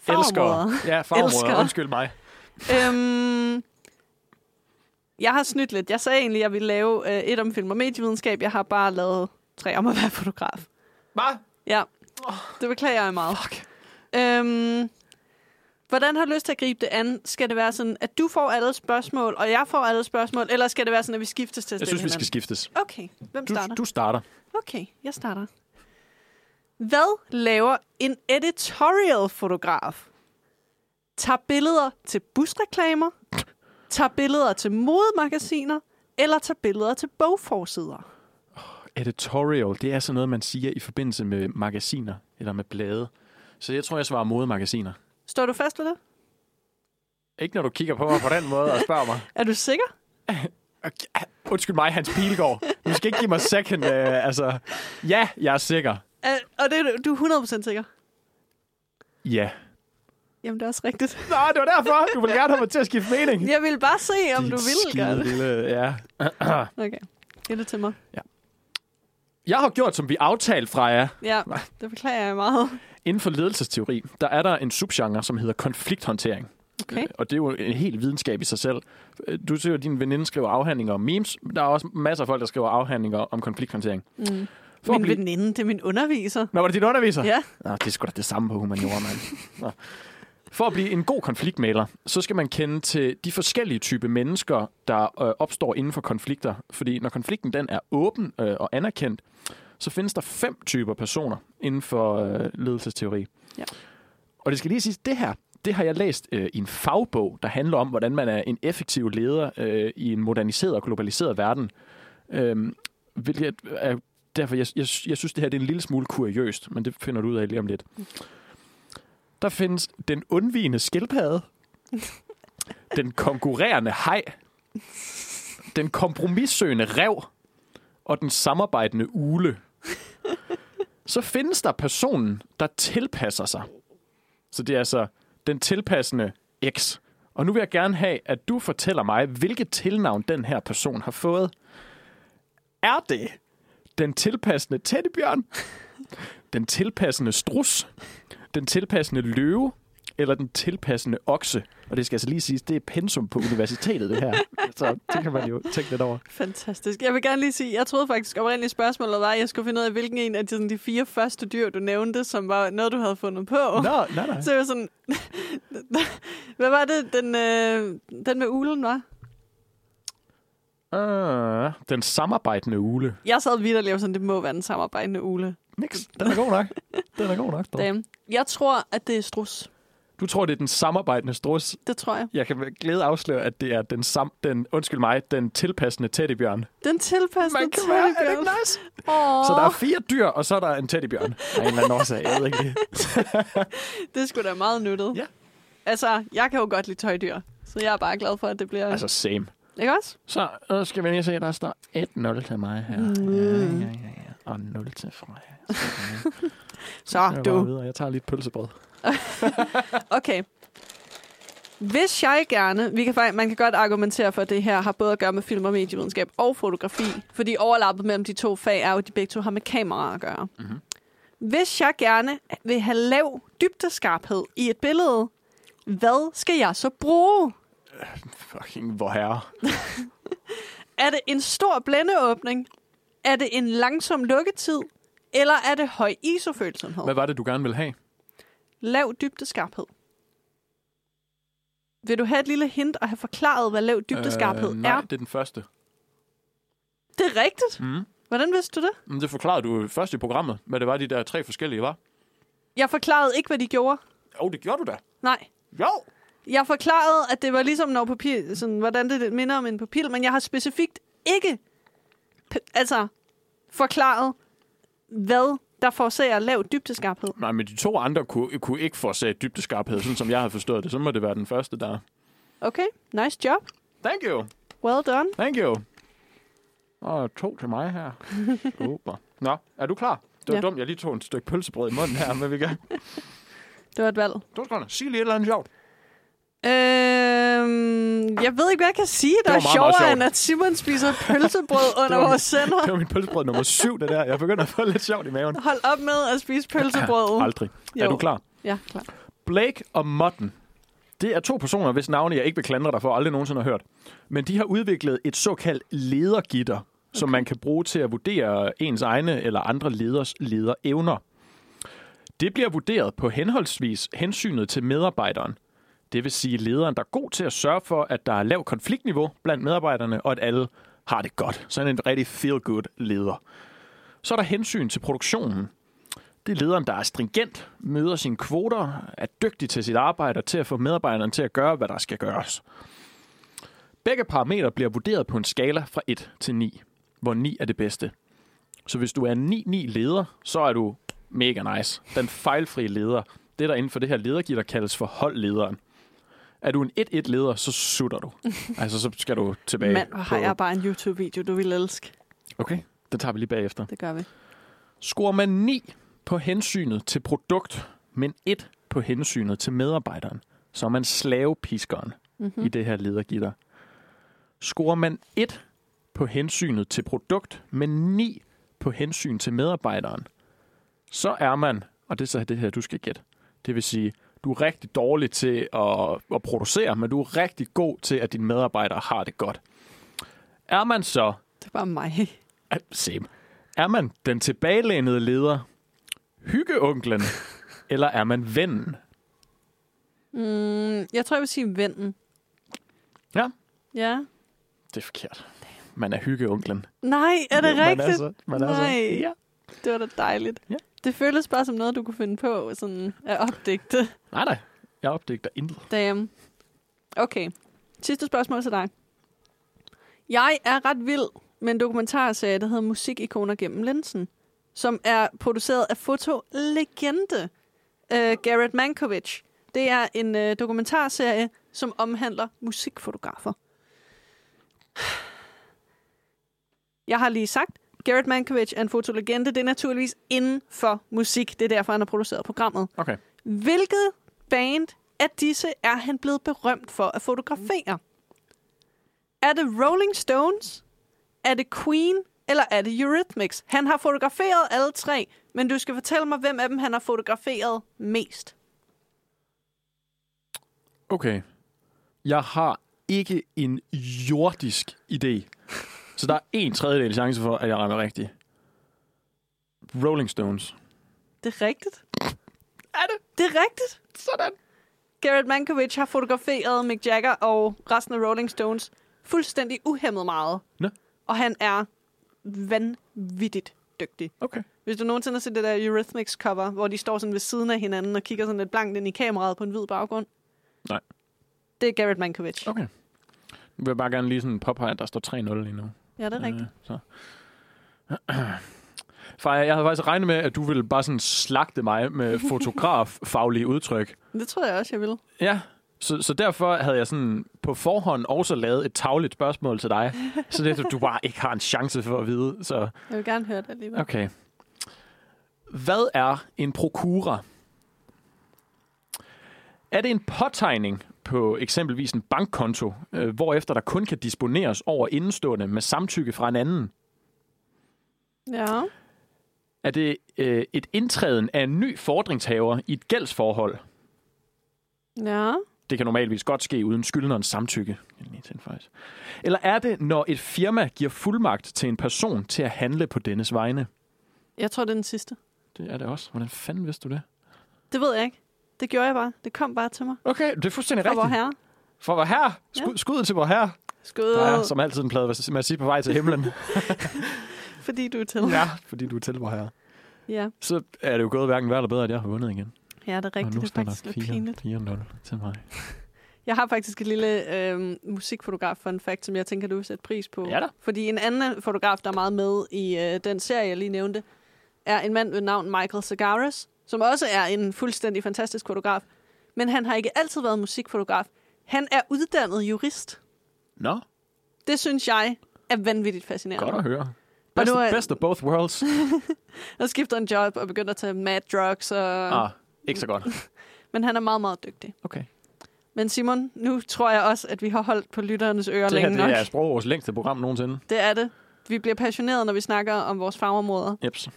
fagområder. Elsker. Ja, farområder. Elsker. Undskyld mig. Øhm, Jeg har snydt lidt. Jeg sagde egentlig, at jeg ville lave øh, et om film og medievidenskab. Jeg har bare lavet tre om at være fotograf. Hvad? Ja, det beklager jeg meget. Fuck. Øhm, hvordan har du lyst til at gribe det an? Skal det være sådan, at du får alle spørgsmål, og jeg får alle spørgsmål, eller skal det være sådan, at vi skiftes til at Jeg stille synes, vi skal hinanden? skiftes. Okay, hvem Du, starter? du starter. Okay, jeg starter. Hvad laver en editorial-fotograf? Tager billeder til busreklamer? Tager billeder til modemagasiner? Eller tager billeder til bogforsider? Editorial, det er sådan noget, man siger i forbindelse med magasiner eller med blade. Så jeg tror, jeg svarer modemagasiner. Står du fast ved det? Ikke når du kigger på mig på den måde og spørger mig. Er du sikker? Okay. Undskyld mig, Hans Pilgaard. Du skal ikke give mig second. Øh, altså, ja, jeg er sikker. Er, og det, er du- du er 100% sikker? Ja. Jamen, det er også rigtigt. Nå, det var derfor. Du vil gerne have mig til at skifte mening. [laughs] Jeg ville bare se, om Dit du ville gøre skide det. Lille, ja. Okay, giv det til mig. Jeg har gjort, som vi aftalte, Freja. Ja, det beklager jeg meget. Inden for ledelsesteori, der er der en subgenre, som hedder konflikthåndtering. Øh, Okay. Og det er jo en helt videnskab i sig selv. Øh, Du ser jo, at din veninde skriver afhandlinger om memes. Der er også masser af folk, der skriver afhandlinger om konflikthåndtering. Mm. For at Min blive... veninde, det er min underviser. Nå, var det din underviser? Ja. Nå, det er sgu da det samme på humaniora, mand. Nå. For at blive en god konfliktmaler, så skal man kende til de forskellige type mennesker, der øh, opstår inden for konflikter. Fordi når konflikten den er åben øh, og anerkendt, så findes der fem typer personer inden for øh, ledelsesteori. Ja. Og det skal lige siges, det her, det har jeg læst øh, i en fagbog, der handler om, hvordan man er en effektiv leder øh, i en moderniseret og globaliseret verden. Øhm, hvilket er derfor, jeg, jeg, jeg synes, det her det er en lille smule kuriøst, men det finder du ud af lige om lidt. Der findes den undvigende skildpadde, den konkurrerende hej, den kompromissøgende rev og den samarbejdende ule. Så findes der personen, der tilpasser sig. Så det er altså den tilpassende X. Og nu vil jeg gerne have, at du fortæller mig, hvilket tilnavn den her person har fået. Er det den tilpassende teddybjørn, den tilpassende strus, den tilpassende løve, eller den tilpassende okse. Og det skal altså lige siges, det er pensum på [laughs] universitetet, det her. Så det kan man jo tænke lidt over. Fantastisk. Jeg vil gerne lige sige, jeg troede faktisk oprindeligt spørgsmålet var, at jeg skulle finde ud af, hvilken en af de, sådan, de fire første dyr, du nævnte, som var noget, du havde fundet på. Nå, nej, nej. Så jeg var sådan... [laughs] Hvad var det, den, øh, den med ulen var? Øh, den samarbejdende ule. Jeg sad vidt og lavede sådan, det må være den samarbejdende ule. Niks, den er god nok. Den er god nok, dog. Damn. Jeg tror, at det er strus. Du tror, det er den samarbejdende strus. Det tror jeg. Jeg kan med glæde afsløre, at det er den, sam- den undskyld mig, den tilpassende teddybjørn. Den tilpassede Man kan være, er det ikke nice? Åh, Så der er fire dyr, og så er der en teddybjørn. Af en eller anden årsag, jeg ved ikke lige. det er sgu da meget nyttet. Ja. Altså, jeg kan jo godt lide tøjdyr, så jeg er bare glad for, at det bliver... Altså, Altså. same. Ikke også? Så øh, skal vi lige se, der står 1-0 til mig her. Mm. Ja, ja, ja, ja. Og 0 til Freja. Så, Jeg, Ah, du. du. Videre. jeg tager lige et pølsebrød. Okay. Hvis jeg gerne... Vi kan, fakt- man kan godt argumentere for, at det her har både at gøre med film og medievidenskab og fotografi, fordi overlappet mellem de to fag er jo, at de begge to har med kamera at gøre. Mm-hmm. Mhm. Hvis jeg gerne vil have lav dybdeskarphed i et billede, hvad skal jeg så bruge? Øh, Fucking hvor herre. Er det en stor blændeåbning? Er det en langsom lukketid? Eller er det høj ISO-følsomhed? Hvad var det, du gerne ville have? Lav dybdeskarphed. Vil du have et lille hint og have forklaret, hvad lav dybdeskarphed øh, øh, nej, er? det er den første. Det er rigtigt. Mm. Hvordan vidste du det? Men det forklarede du først i programmet, hvad det var, de der tre forskellige var. Jeg forklarede ikke, hvad de gjorde. Jo, oh, det gjorde du da. Nej. Jo! Jeg forklarede, at det var ligesom, når papir, sådan, hvordan det minder om en papir, men jeg har specifikt ikke p- altså, forklaret, hvad der forårsager lav dybdeskarphed. Nej, men de to andre kunne, kunne ikke få sat dybdeskarphed, sådan som jeg havde forstået det. Så må det være den første, der... Okay, nice job. Thank you! Well done. Thank you! Og to til mig [laughs] her. Super. Nå, er du klar? Det var Ja. ja. dumt, jeg lige tog et stykke pølsebrød i munden her, men vi kan... Det var et valg. Du skal sige lige et eller andet sjovt. [laughs] Øhm, jeg ved ikke, hvad jeg kan sige, der var er meget, meget sjovere, sjovt. end at Simon spiser [laughs] pølsebrød under var- vores sender. Det var min pølsebrød nummer syv, det der. Jeg begynder at få lidt sjovt i maven. Hold op [laughs] med at spise pølsebrød. Aldrig. Er Jo. du klar? Ja, klar. Blake og Mutton Det er to personer, hvis navne jeg ikke vil klandre dig for, og aldrig nogensinde har hørt. Men de har udviklet et såkaldt ledergitter, okay. som man kan bruge til at vurdere ens egne eller andre leders lederevner. Det bliver vurderet på henholdsvis hensynet til medarbejderen. Det vil sige lederen, der er god til at sørge for, at der er lav konfliktniveau blandt medarbejderne, og at alle har det godt. Sådan en rigtig feel-good leder. Så er der hensyn til produktionen. Det er lederen, der er stringent, møder sine kvoter, er dygtig til sit arbejde og til at få medarbejderne til at gøre, hvad der skal gøres. Begge parametre bliver vurderet på en skala fra 1 til 9, hvor 9 er det bedste. Så hvis du er 9-9 leder, så er du mega nice. Den fejlfrie leder. Det, der inden for det her ledergitter kaldes for holdlederen. Er du en 1-1 leder, så sutter du. Altså, så skal du tilbage. Mand, hvor har på- jeg bare en YouTube-video, du vil elske. Okay, det tager vi lige bagefter. Det gør vi. Scorer man 9 på hensynet til produkt, men 1 på hensynet til medarbejderen, så er man slavepiskeren mm-hmm. i Hmm. det her ledergitter. Scorer man 1 på hensynet til produkt, men 9 på hensyn til medarbejderen, så er man, og det er så det her, du skal gætte, det vil sige, du er rigtig dårlig til at, at producere, men du er rigtig god til, at dine medarbejdere har det godt. Er man så Det er bare mig. Ah, Same. Er man den tilbagelænede leder, [laughs] hyggeonklen, eller er man vennen? Mm, jeg tror, jeg vil sige vennen. Ja. Ja. Det er forkert. Man er hyggeonklen. Nej, er det Ja, man rigtigt? Er så, man Er så. Nej. Ja. Det var da dejligt. Ja. Det føles bare som noget, du kunne finde på sådan at opdigte. Nej, nej. Jeg opdigter intet. Damn. Okay. Sidste spørgsmål til dig. Jeg er ret vild med en dokumentarserie, der hedder Musikikoner gennem linsen, som er produceret af fotolegende uh, Garrett Mankovic. Det er en uh, dokumentarserie, som omhandler musikfotografer. Jeg har lige sagt, Garrett Mankovic er en fotolegende. Det er naturligvis inden for musik. Det er derfor, han har produceret programmet. Okay. Hvilket band af disse er han blevet berømt for at fotografere? Er det Rolling Stones? Er det Queen? Eller er det Eurythmics? Han har fotograferet alle tre, men du skal fortælle mig, hvem af dem han har fotograferet mest. Okay. Jeg har ikke en jordisk idé. Så der er en tredjedel chance for, at jeg rammer rigtigt. Rolling Stones. Det er rigtigt. Er det? Det er rigtigt. Sådan. Garrett Mankovic har fotograferet Mick Jagger og resten af Rolling Stones fuldstændig uhemmet meget. Nå. Og han er vanvittigt dygtig. Okay. Hvis du nogensinde har set det der Eurythmics cover, hvor de står sådan ved siden af hinanden og kigger sådan lidt blankt ind i kameraet på en hvid baggrund. Nej. Oh. Det er Garrett Mankovic. Okay. Jeg vil bare gerne lige sådan påpege, at der står 3-0 lige nu. Ja, det er rigtigt. Øh, så. [clears throat] Freja, jeg havde faktisk regnet med, at du ville bare sådan slagte mig med [laughs] fotograf-faglige udtryk. Det tror jeg også, jeg ville. Ja. Så, så derfor havde jeg sådan på forhånd også lavet et tagligt spørgsmål til [laughs] dig, så det du bare ikke har en chance for at vide. Så Jeg vil gerne høre det alligevel. okay. Hvad er en prokura? Er det en påtegning på eksempelvis en bankkonto, øh, hvorefter der kun kan disponeres over indstående med samtykke fra en anden? Ja. Er det øh, et indtræden af en ny fordringshaver i et gældsforhold? Ja. Det kan normalvis godt ske uden skyldnerens samtykke. Jeg kan lige tænde faktisk. Eller er det, når et firma giver fuldmagt til en person til at handle på dennes vegne? Jeg tror, det er den sidste. Det er det også. Hvordan fanden vidste du det? Det ved jeg ikke. Det gjorde jeg bare. Det kom bare til mig. Okay, det er fuldstændig Fra vor rigtigt. herre. For vor herre. Skud, Ja. Skuddet til vor herre. Skud. Der er som altid en plade med at sige på vej til [laughs] himlen. Fordi du er til. ja, fordi du er til vor herre. Ja. Så er det jo gået hverken værre eller bedre, at jeg har vundet igen. ja, det er Og nu rigtigt. Det er står der faktisk lidt pinligt. 4-0 til mig. Jeg har faktisk et lille øh, musikfotograf fun fact, som jeg tænker, du vil sætte pris på. Ja da. Fordi en anden fotograf, der er meget med i øh, den serie, jeg lige nævnte, er en mand ved navn Michael Sagaris, som også er en fuldstændig fantastisk fotograf. Men han har ikke altid været musikfotograf. Han er uddannet jurist. Nå, Det synes jeg er vanvittigt fascinerende. godt at høre. Og Best, nu er- best of both worlds. Han skifter en job og begynder at tage mad drugs. Og... Ah, ikke så godt. Men han er meget, meget dygtig. Okay. Men Simon, nu tror jeg også, at vi har holdt på lytternes ører Det her længe det nok. er altså sprogårs længste program nogensinde. Det er det. Vi bliver passionerede, når vi snakker om vores fagområder. Jeps.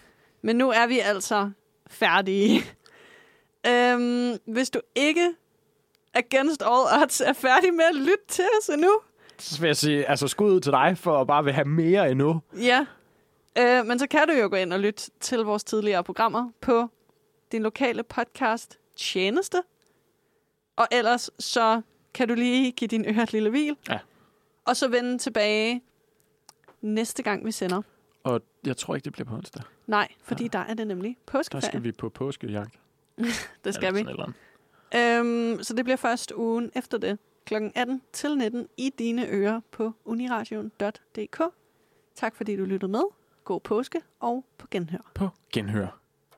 Men nu er vi [laughs] altså færdige. øhm, hvis du ikke against all odds er færdig med at lytte til os endnu. Så vil jeg sige, altså skud til dig for at bare vil have mere endnu. Ja. Øh, men så kan du jo gå ind og lytte til vores tidligere programmer på din lokale podcast Tjeneste. Og ellers så kan du lige give din øre et lille hvil. Ja. Og så vende tilbage næste gang, vi sender. Og jeg tror ikke, det bliver på onsdag. Nej, fordi der er det nemlig Der påskeferie. skal vi på påskejagt. Det skal vi. Eller sådan et eller andet. Øhm, så det bliver først ugen efter det, kl. 18 til 19 i dine ører på uniradioen.dk. Tak fordi du lyttede med. God påske og på genhør. På genhør.